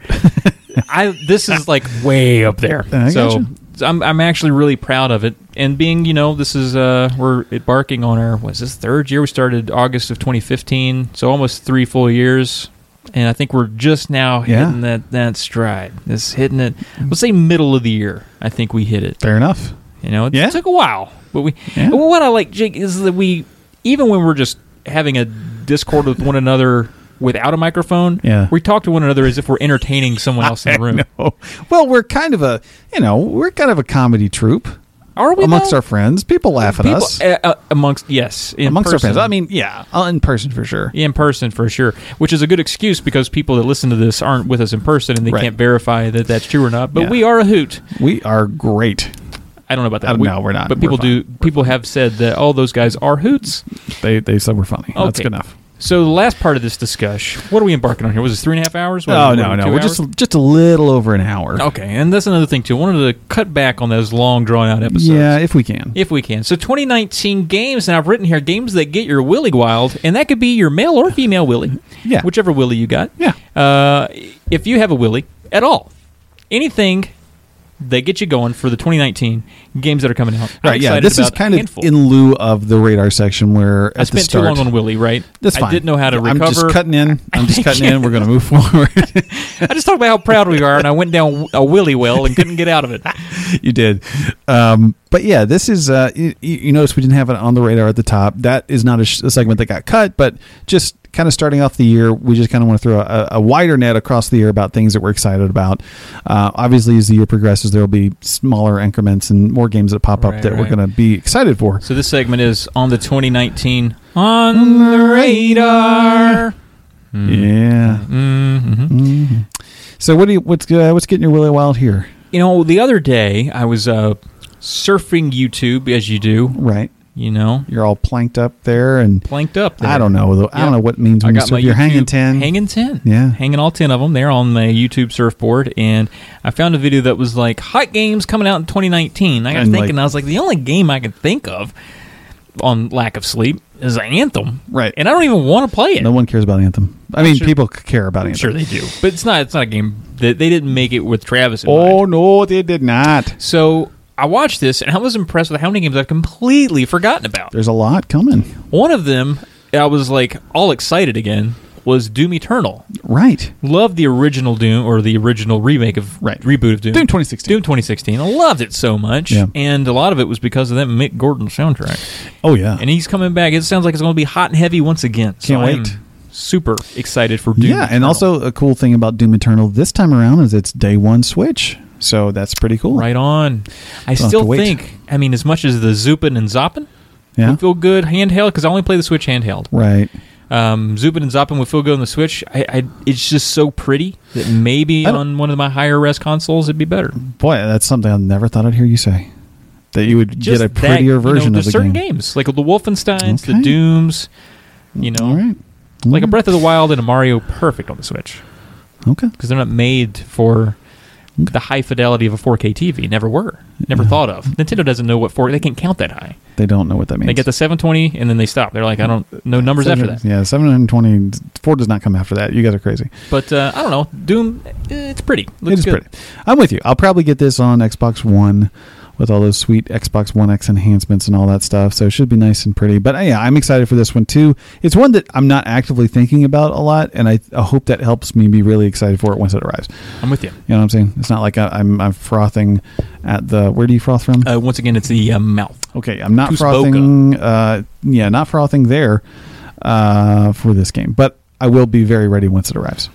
S2: I this is like way up there.
S3: I got
S2: so
S3: you.
S2: so I'm I'm actually really proud of it. And being you know this is uh we're embarking on our what's this third year we started August of 2015, so almost three full years. And I think we're just now
S3: Yeah.
S2: hitting that that stride. This hitting it. Let's say middle of the year. I think we hit it.
S3: Fair enough.
S2: You know, it
S3: Yeah.
S2: took a while, but we.
S3: Yeah.
S2: Well, what I like, Jake, is that we, even when we're just having a discord with one another without a microphone,
S3: Yeah.
S2: we talk to one another as if we're entertaining
S3: [laughs]
S2: someone else in the room.
S3: Oh, well, we're kind of a you know we're kind of a comedy troupe
S2: Are we
S3: amongst
S2: though?
S3: our friends. People laugh at
S2: People-
S3: us
S2: uh, uh, amongst yes, in
S3: amongst
S2: person.
S3: our friends. I mean, yeah, uh, in person for sure.
S2: in person for sure, which is a good excuse because people that listen to this aren't with us in person and they
S3: Right.
S2: can't verify that that's true or not. But
S3: Yeah.
S2: we are a hoot.
S3: We are great.
S2: I don't know about
S3: Uh,
S2: that.
S3: no, we're not.
S2: But
S3: We're
S2: people
S3: fine.
S2: do. People have said that all those guys are hoots.
S3: They they said we're funny. That's
S2: Okay.
S3: good enough.
S2: So the last part of this discussion, what are we embarking on here? Was this three and a half hours? What,
S3: Oh
S2: what,
S3: no, no,
S2: two
S3: we're
S2: hours?
S3: just just a little over an hour.
S2: okay. And that's another thing too. I wanted to cut back on those long drawn out episodes.
S3: yeah, if we can.
S2: If we can. So 2019 games, and I've written here games that get your willy wild, and that could be your male or female willy.
S3: Yeah.
S2: Whichever willy you got.
S3: Yeah.
S2: Uh, if you have a willy at all, anything that get you going for the 2019 games that are coming out. I'm
S3: Right, yeah,
S2: excited
S3: this is
S2: about a
S3: kind of
S2: handful.
S3: in lieu of the radar section where at
S2: I spent
S3: the start.
S2: too long on Willy, right?
S3: That's fine.
S2: I didn't know how to recover.
S3: I'm just cutting in.
S2: [laughs]
S3: I'm just cutting in. We're going to move forward.
S2: I just talked about how proud we are, and I went down a Willy well and couldn't get out
S3: [laughs]
S2: of it.
S3: you did. Um, but yeah, this is, uh, you, you notice we didn't have it on the radar at the top. That is not a, sh- a segment that got cut, but just kind of starting off the year, we just kind of want to throw a, a wider net across the year about things that we're excited about. Uh, obviously, as the year progresses, there will be smaller increments and more games that pop up
S2: Right,
S3: that we're
S2: right.
S3: going to be excited for.
S2: So this segment is on the 2019 on the radar.
S3: Yeah. Mm-hmm. So what do you, what's, uh, what's getting your Willie wild here?
S2: You know, the other day I was uh, surfing YouTube as you do.
S3: Right.
S2: You know,
S3: You're all planked up there and
S2: planked up. There.
S3: I don't know. Though. I
S2: Yeah.
S3: don't know what it means
S2: I
S3: when you
S2: got my
S3: surf. You're hanging
S2: YouTube-
S3: 10.
S2: hanging ten,
S3: Yeah.
S2: hanging all ten of them there on my YouTube surfboard, and I found a video that was like hot games coming out in 2019. I got
S3: And, like-
S2: thinking, I was like, the only game I could think of on lack of sleep is Anthem,
S3: Right.
S2: And I don't even want to play it.
S3: No one cares about Anthem. I mean,
S2: sure-
S3: people c- care about Anthem.
S2: Sure, they do, but it's not. It's not a game that they didn't make it with Travis. In
S3: Oh
S2: mind.
S3: no, they did not.
S2: so I watched this and I was impressed with how many games I've completely forgotten about.
S3: There's a lot coming.
S2: One of them, I was like all excited again, was Doom Eternal.
S3: Right.
S2: Loved the original Doom or the original remake of
S3: Right.
S2: reboot of Doom.
S3: Doom 2016.
S2: Doom 2016. I loved it so much,
S3: Yeah.
S2: and a lot of it was because of that Mick Gordon soundtrack.
S3: Oh yeah.
S2: And he's coming back. It sounds like it's going to be hot and heavy once again. So
S3: Can't
S2: I am
S3: wait.
S2: Super excited for Doom.
S3: yeah, and
S2: Eternal.
S3: also a cool thing about Doom Eternal this time around is it's day one Switch, so that's pretty cool.
S2: Right on. I
S3: have to
S2: still
S3: wait.
S2: think. I mean, as much as the Zupin and Zoppin
S3: Yeah.
S2: would feel good handheld, because I only play the Switch handheld.
S3: Right.
S2: Um, Zupin and Zoppin would feel good on the Switch. I, I, it's just so pretty that maybe
S3: I don't-
S2: on one of my higher res consoles it'd be better.
S3: Boy, that's something I never thought I'd hear you say. That you would
S2: Just
S3: get a
S2: that,
S3: prettier
S2: you know,
S3: version
S2: there's
S3: of the
S2: certain
S3: game.
S2: games like the Wolfenstein's, the
S3: Okay.
S2: Dooms. You know,
S3: All right. Mm-hmm.
S2: like a Breath of the Wild and a Mario, perfect on the Switch
S3: Okay.
S2: because they're not made for. The high fidelity of a 4K TV never were, never thought of. Nintendo doesn't know what 4. They can't count that high.
S3: They don't know what that means.
S2: They get the 720 and then they stop. They're like, I don't know numbers after that.
S3: Yeah, 720. Four does not come after that. You guys are crazy.
S2: But uh, I don't know. Doom, eh, it's pretty. Looks
S3: it is
S2: good.
S3: pretty. I'm with you. I'll probably get this on Xbox One with all those sweet Xbox One X enhancements and all that stuff. So it should be nice and pretty. But uh, yeah, I'm excited for this one too. It's one that I'm not actively thinking about a lot, and I, I hope that helps me be really excited for it once it arrives.
S2: I'm with you.
S3: You know what I'm saying? It's not like I, I'm I'm frothing at the. Where do you froth from?
S2: Uh, once again, it's the uh, mouth.
S3: okay, I'm not
S2: Tusboca.
S3: frothing. Uh, yeah, not frothing there uh, for this game, but I will be very ready once it arrives.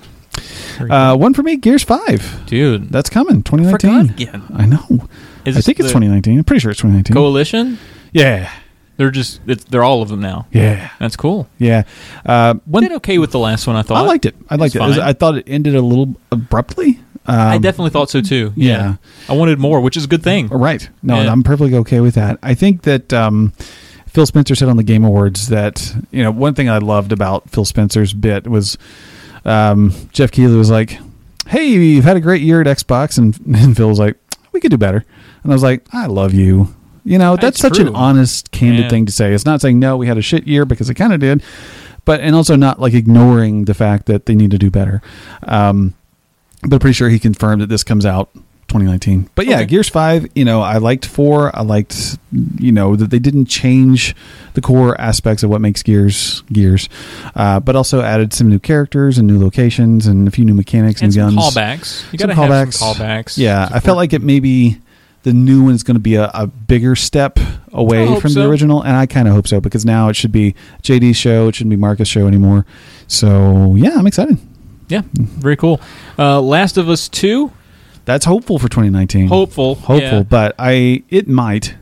S2: Very
S3: Uh, one for me, Gears Five.
S2: Dude,
S3: That's coming. 2019.
S2: forgot again.
S3: I know.
S2: Is
S3: I
S2: this
S3: think it's
S2: the
S3: 2019. I'm pretty sure it's 2019.
S2: Coalition.
S3: Yeah.
S2: They're just it's, they're all of them now.
S3: Yeah.
S2: That's cool.
S3: Yeah. Uh,
S2: Did
S3: one,
S2: okay with the last one. I thought
S3: I liked it. I liked it.
S2: It's
S3: It was-
S2: fine.
S3: I thought it ended a little abruptly. Um,
S2: I definitely thought so too. Yeah.
S3: yeah.
S2: I wanted more, which is a good thing.
S3: Right. No,
S2: Yeah.
S3: I'm perfectly okay with that. I think that um, Phil Spencer said on the Game Awards that you know one thing I loved about Phil Spencer's bit was um, Jeff Keighley was like, "Hey, you've had a great year at Xbox," and, [laughs] and Phil was like, "We could do better," and I was like, "I love you." You know, that's
S2: It's
S3: such an
S2: true.
S3: honest, candid
S2: Yeah.
S3: thing to say. It's not saying no, we had a shit year because it kind of did, but and also not like ignoring the fact that they need to do better. Um, but pretty sure he confirmed that this comes out 2019. But yeah,
S2: Okay.
S3: Gears 5, you know, I liked 4. I liked, you know, that they didn't change the core aspects of what makes Gears Gears, uh, but also added some new characters and new locations and a few new mechanics and,
S2: And some
S3: guns.
S2: callbacks. You
S3: Some
S2: gotta have some callbacks.
S3: Yeah, I felt like it maybe the new one is going to be a, a bigger step away
S2: I hope
S3: from the
S2: so.
S3: original, and I kind of hope so because now it should be JD's show. It shouldn't be Marcus' show anymore. So yeah, I'm excited.
S2: yeah, very cool. Uh, Last of Us Two,
S3: That's hopeful for 2019.
S2: hopeful,
S3: hopeful,
S2: Yeah.
S3: but I it might.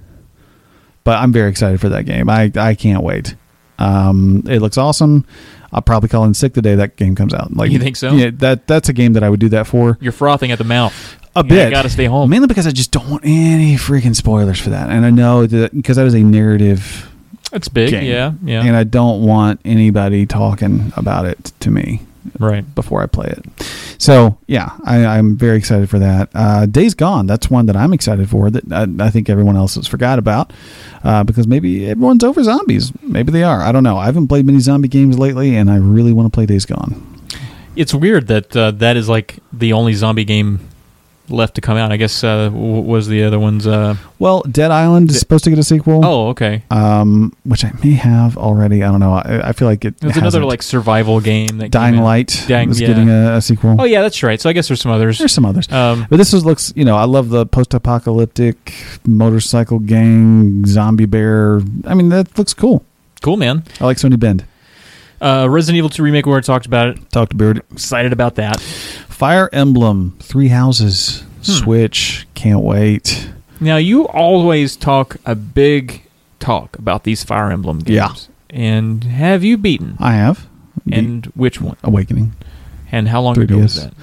S3: But I'm very excited for that game. I I can't wait. Um, it looks awesome. I'll probably call in sick the day that game comes out. Like
S2: You think so?
S3: Yeah, that that's a game that I would do that for
S2: You're frothing at the mouth.
S3: a
S2: Yeah,
S3: bit.
S2: Gotta stay home.
S3: mainly because I just don't want any freaking spoilers for that. And I know that because that is a narrative
S2: That's big.
S3: game.
S2: Yeah, yeah.
S3: And I don't want anybody talking about it to me
S2: right.
S3: before I play it. So yeah, I, I'm very excited for that. Uh, Days Gone, that's one that I'm excited for that I, I think everyone else has forgot about uh, because maybe everyone's over zombies. Maybe they are. I don't know. I haven't played many zombie games lately, and I really want to play Days Gone.
S2: It's weird that uh, that is like the only zombie game left to come out. I guess uh, w- was the other ones. Uh,
S3: Well, Dead Island is supposed to get a sequel.
S2: oh, okay.
S3: Um, which I may have already. I don't know. I, I feel like it.
S2: There's
S3: hasn't.
S2: another like survival game that
S3: Dying
S2: came out.
S3: Light
S2: Dying-
S3: was
S2: yeah.
S3: getting a, a sequel.
S2: Oh yeah, that's right. So I guess there's some others.
S3: There's some others.
S2: Um,
S3: But this is looks, you know, I love the post-apocalyptic motorcycle gang zombie bear. I mean, that looks cool.
S2: cool, man.
S3: I like Sony Bend.
S2: Uh, Resident Evil 2 remake. We already talked about it.
S3: Talk to Beard.
S2: Excited about that.
S3: Fire Emblem, Three Houses,
S2: Hmm.
S3: Switch. Can't wait.
S2: Now you always talk a big talk about these Fire Emblem games. Yeah. And have you beaten?
S3: I have. The
S2: And which one?
S3: Awakening.
S2: And how long ago was
S3: 3DS.
S2: that?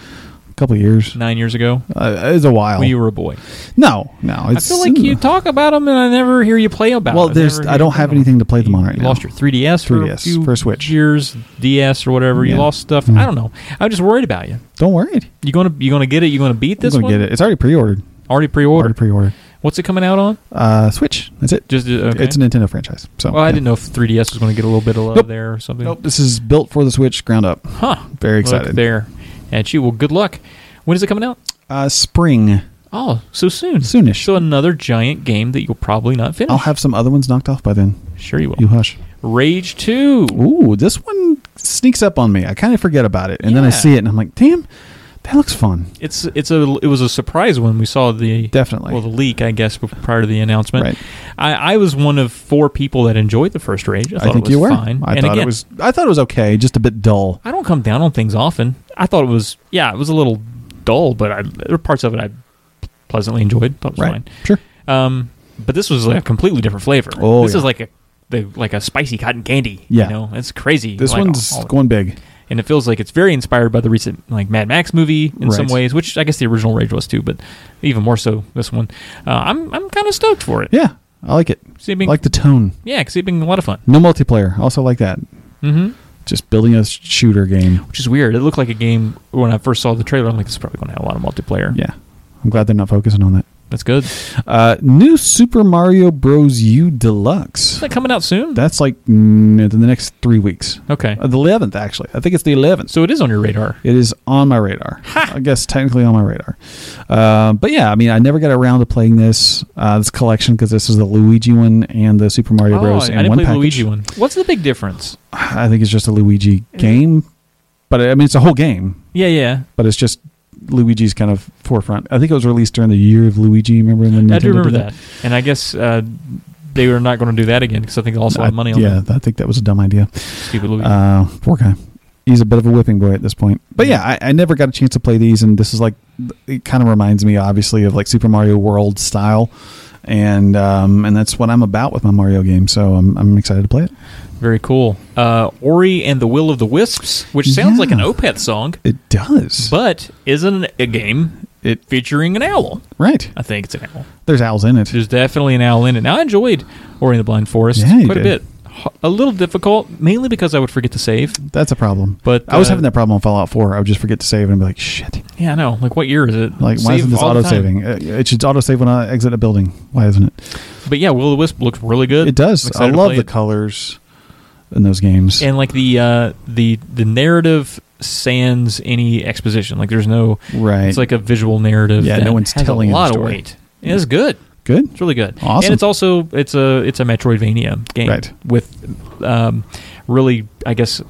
S3: A couple of years.
S2: Nine years ago.
S3: Uh, it's a while.
S2: When you were a boy.
S3: no, no. It's,
S2: I feel like you talk about them and I never hear you play about
S3: Well,
S2: them.
S3: there's-
S2: never
S3: I
S2: hear
S3: don't
S2: you
S3: have
S2: play
S3: anything
S2: them.
S3: to play them on right
S2: you
S3: now.
S2: lost your 3DS for
S3: 3DS,
S2: a few
S3: for Switch.
S2: years, DS or whatever. You
S3: Yeah. Mm.
S2: lost stuff. I don't know. I'm just worried about you.
S3: Don't worry.
S2: You gonna you gonna get it? You gonna beat this
S3: I'm
S2: one?
S3: gonna get it. It's already pre-ordered.
S2: Already
S3: Already
S2: pre-ordered.
S3: pre-ordered.
S2: What's it coming out on?
S3: Uh, Switch. That's it.
S2: Just uh, okay.
S3: It's a Nintendo franchise. So.
S2: well, I
S3: yeah.
S2: didn't know if 3DS was going to get a little bit of love
S3: Nope.
S2: there or something.
S3: Nope. This is built for the Switch, ground up.
S2: Huh.
S3: Very
S2: Look
S3: excited.
S2: there at you. Well, good luck. When is it coming out?
S3: Uh, spring.
S2: Oh, so soon.
S3: Soonish.
S2: So another giant game that you'll probably not finish.
S3: I'll have some other ones knocked off by then.
S2: sure you will.
S3: You hush.
S2: Rage 2.
S3: Ooh, this one sneaks up on me. I kind of forget about it, and then I
S2: Yeah.
S3: see it, and I'm like, damn, that looks fun.
S2: It's it's a it was a surprise when we saw the
S3: Definitely.
S2: well the leak I guess bef- prior to the announcement.
S3: Right.
S2: I, I was one of four people that enjoyed the first Rage. I,
S3: I
S2: thought
S3: think
S2: it was
S3: you were.
S2: fine.
S3: I
S2: and
S3: thought
S2: again,
S3: it was. I thought it was okay, just a bit dull.
S2: I don't come down on things often. I thought it was yeah it was a little dull, but I, there were parts of it I pleasantly enjoyed. Thought it was
S3: Right.
S2: fine.
S3: Sure.
S2: Um, but this was like a completely different flavor.
S3: Oh,
S2: this
S3: yeah.
S2: is like a the, like a spicy cotton candy.
S3: Yeah.
S2: you know, it's crazy.
S3: This
S2: like,
S3: one's
S2: all-
S3: going big.
S2: and it feels like it's very inspired by the recent like Mad Max movie in some
S3: Right.
S2: ways, which I guess the original Rage was too, but even more so this one. Uh, I'm I'm kind of stoked for it.
S3: Yeah, I like it.
S2: See, being-
S3: like the tone.
S2: yeah, because it's been a lot of fun,
S3: No multiplayer. Also like that.
S2: Mhm.
S3: Just building a sh- shooter game.
S2: which is weird. It looked like a game when I first saw the trailer. I'm like, this is probably going to have a lot of multiplayer.
S3: Yeah, I'm glad they're not focusing on that.
S2: that's good.
S3: Uh, new Super Mario Bros. U Deluxe.
S2: Isn't that coming out soon?
S3: That's like mm, in the next three weeks.
S2: okay,
S3: Uh, the 11th, actually. I think it's the 11th.
S2: so it is on your radar.
S3: It is on my radar. I guess technically on my radar. Um, but yeah, I mean, I never got around to playing this uh, this collection because this is the Luigi one and the Super Mario
S2: oh,
S3: Bros.
S2: I, I
S3: in
S2: didn't
S3: one
S2: play the
S3: package.
S2: Luigi one. What's the big difference?
S3: I think it's just a Luigi game, but I mean, it's a whole game,
S2: Yeah, yeah.
S3: but it's just Luigi's kind of forefront. I think it was released during the year of Luigi. Remember when Nintendo
S2: I do remember
S3: did
S2: that. And I guess uh, they were not going to do that again because I think they lost a lot
S3: I-
S2: of money on
S3: yeah,
S2: that
S3: I think that was a dumb idea.
S2: stupid Luigi.
S3: Uh, poor guy. He's a bit of a whipping boy at this point. But yeah, I, I never got a chance to play these, and this is like it kind of reminds me, obviously, of like Super Mario World style, and um, and that's what I'm about with my Mario game. So I'm I'm excited to play it.
S2: Very cool. Uh, Ori and the Will of the Wisps, which sounds like an
S3: Yeah.
S2: Opeth song,
S3: It does,
S2: but isn't a game
S3: It-
S2: featuring an owl.
S3: right?
S2: I think it's an owl.
S3: There's owls in it.
S2: There's definitely an owl in it. Now, I enjoyed Ori and the Blind Forest
S3: Yeah, you
S2: quite a
S3: did.
S2: bit. H- A little difficult, mainly because I would forget to save.
S3: That's a problem.
S2: But,
S3: I was
S2: uh,
S3: having that problem on Fallout Four. I would just forget to save and be like, shit.
S2: Yeah, I know. Like, what year is it?
S3: Like, why
S2: Save
S3: isn't this
S2: all the
S3: auto
S2: time.
S3: saving? It, it should auto save when I exit a building. Why isn't it?
S2: But yeah, Will of the Wisp looks really good.
S3: It
S2: I'm
S3: does. I
S2: excited to
S3: love
S2: play
S3: the
S2: it.
S3: colors in those games.
S2: and like the uh, the the narrative sans any exposition. Like, there's no.
S3: right.
S2: It's like a visual narrative.
S3: Yeah,
S2: that
S3: no one's
S2: has
S3: telling
S2: a
S3: you the
S2: lot of
S3: story.
S2: weight. And it's good.
S3: good.
S2: It's really good.
S3: Awesome.
S2: And it's also it's a it's a Metroidvania game
S3: Right.
S2: with um, really I guess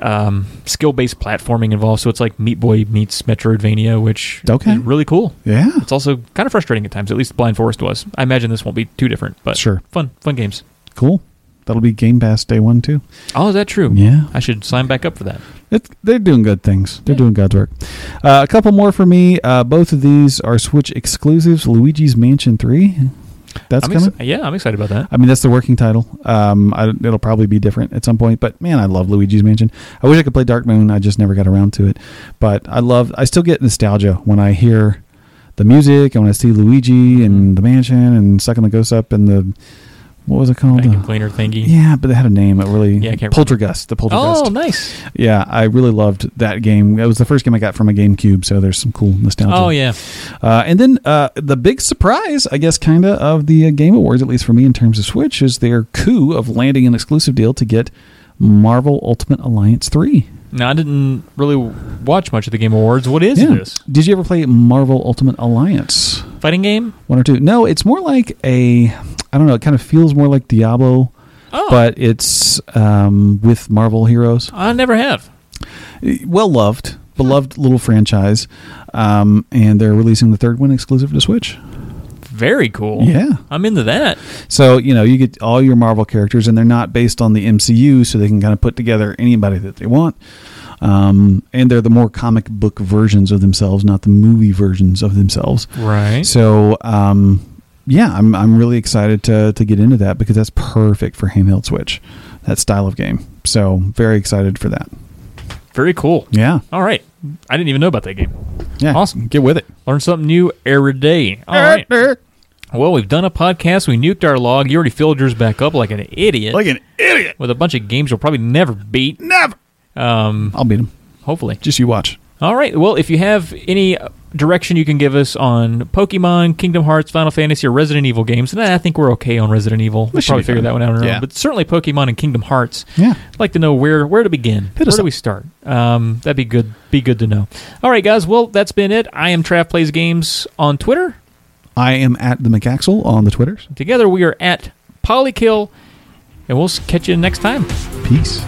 S2: um, skill based platforming involved. So it's like Meat Boy meets Metroidvania, which
S3: Okay.
S2: is really cool.
S3: Yeah.
S2: It's also kind of frustrating at times. At least Blind Forest was. I imagine this won't be too different, but
S3: Sure.
S2: fun fun games.
S3: Cool. That'll be Game Pass day one too.
S2: Oh, is that true?
S3: Yeah.
S2: I should sign back up for that.
S3: It's, they're doing good things. They're doing God's work. Uh, a couple more for me. Uh, both of these are Switch exclusives. Luigi's Mansion Three. That's
S2: I'm
S3: coming.
S2: exci- yeah, I'm excited about that.
S3: I mean, that's the working title. Um, I, it'll probably be different at some point. But man, I love Luigi's Mansion. I wish I could play Dark Moon. I just never got around to it. But I love. I still get nostalgia when I hear
S2: Mm-hmm.
S3: the music and when I see Luigi and the mansion and sucking the ghosts up and the What was it called?
S2: vacuum
S3: Uh,
S2: cleaner thingy.
S3: yeah, but it had a name. It really
S2: Yeah, I can't remember.
S3: Poltergust. The Poltergust.
S2: Oh, nice.
S3: Yeah, I really loved that game. It was the first game I got from a GameCube, so there's some cool nostalgia.
S2: Oh yeah.
S3: Uh, and then uh, the big surprise, I guess, kind of of the uh, Game Awards, at least for me in terms of Switch, is their coup of landing an exclusive deal to get Marvel Ultimate Alliance three.
S2: No, I didn't really watch much of the Game Awards. What is this
S3: Did you ever play Marvel Ultimate Alliance?
S2: fighting game?
S3: One or two? No, it's more like a. I don't know. It kind of feels more like Diablo,
S2: Oh,
S3: but it's um, with Marvel heroes.
S2: I never have.
S3: well loved, beloved little franchise, um, and they're releasing the third one exclusive to Switch.
S2: Very cool.
S3: Yeah.
S2: I'm into that.
S3: So you know you get all your Marvel characters, and they're not based on the MCU, so they can kind of put together anybody that they want. Um, and they're the more comic book versions of themselves, not the movie versions of themselves.
S2: Right.
S3: So um, yeah, I'm I'm really excited to to get into that because that's perfect for handheld Switch, that style of game. So very excited for that.
S2: Very cool.
S3: Yeah,
S2: All right. I didn't even know about that game.
S3: yeah,
S2: Awesome.
S3: Get with it.
S2: Learn something new every day. All right. Well, we've done a podcast. We nuked our log. You already filled yours back up like an idiot
S3: an idiot.
S2: with a bunch of games you'll probably never beat.
S3: Never.
S2: Um,
S3: I'll beat him.
S2: hopefully.
S3: Just you watch.
S2: All right. Well, if you have any direction you can give us on Pokemon, Kingdom Hearts, Final Fantasy, or Resident Evil games, and I think we're okay on Resident Evil. We'll
S3: should
S2: probably
S3: be
S2: figure
S3: fine.
S2: that one out on our
S3: Yeah.
S2: own. But certainly Pokemon and Kingdom Hearts.
S3: Yeah.
S2: I'd like to know where where to begin. where
S3: us
S2: do
S3: up.
S2: we start? Um, that'd be good. Be good to know. All right, guys. Well, that's been it. I am Trav Plays Games on Twitter.
S3: I am at the McAxel on the Twitters.
S2: Together we are at Polykill, and we'll s- catch you next time.
S3: Peace.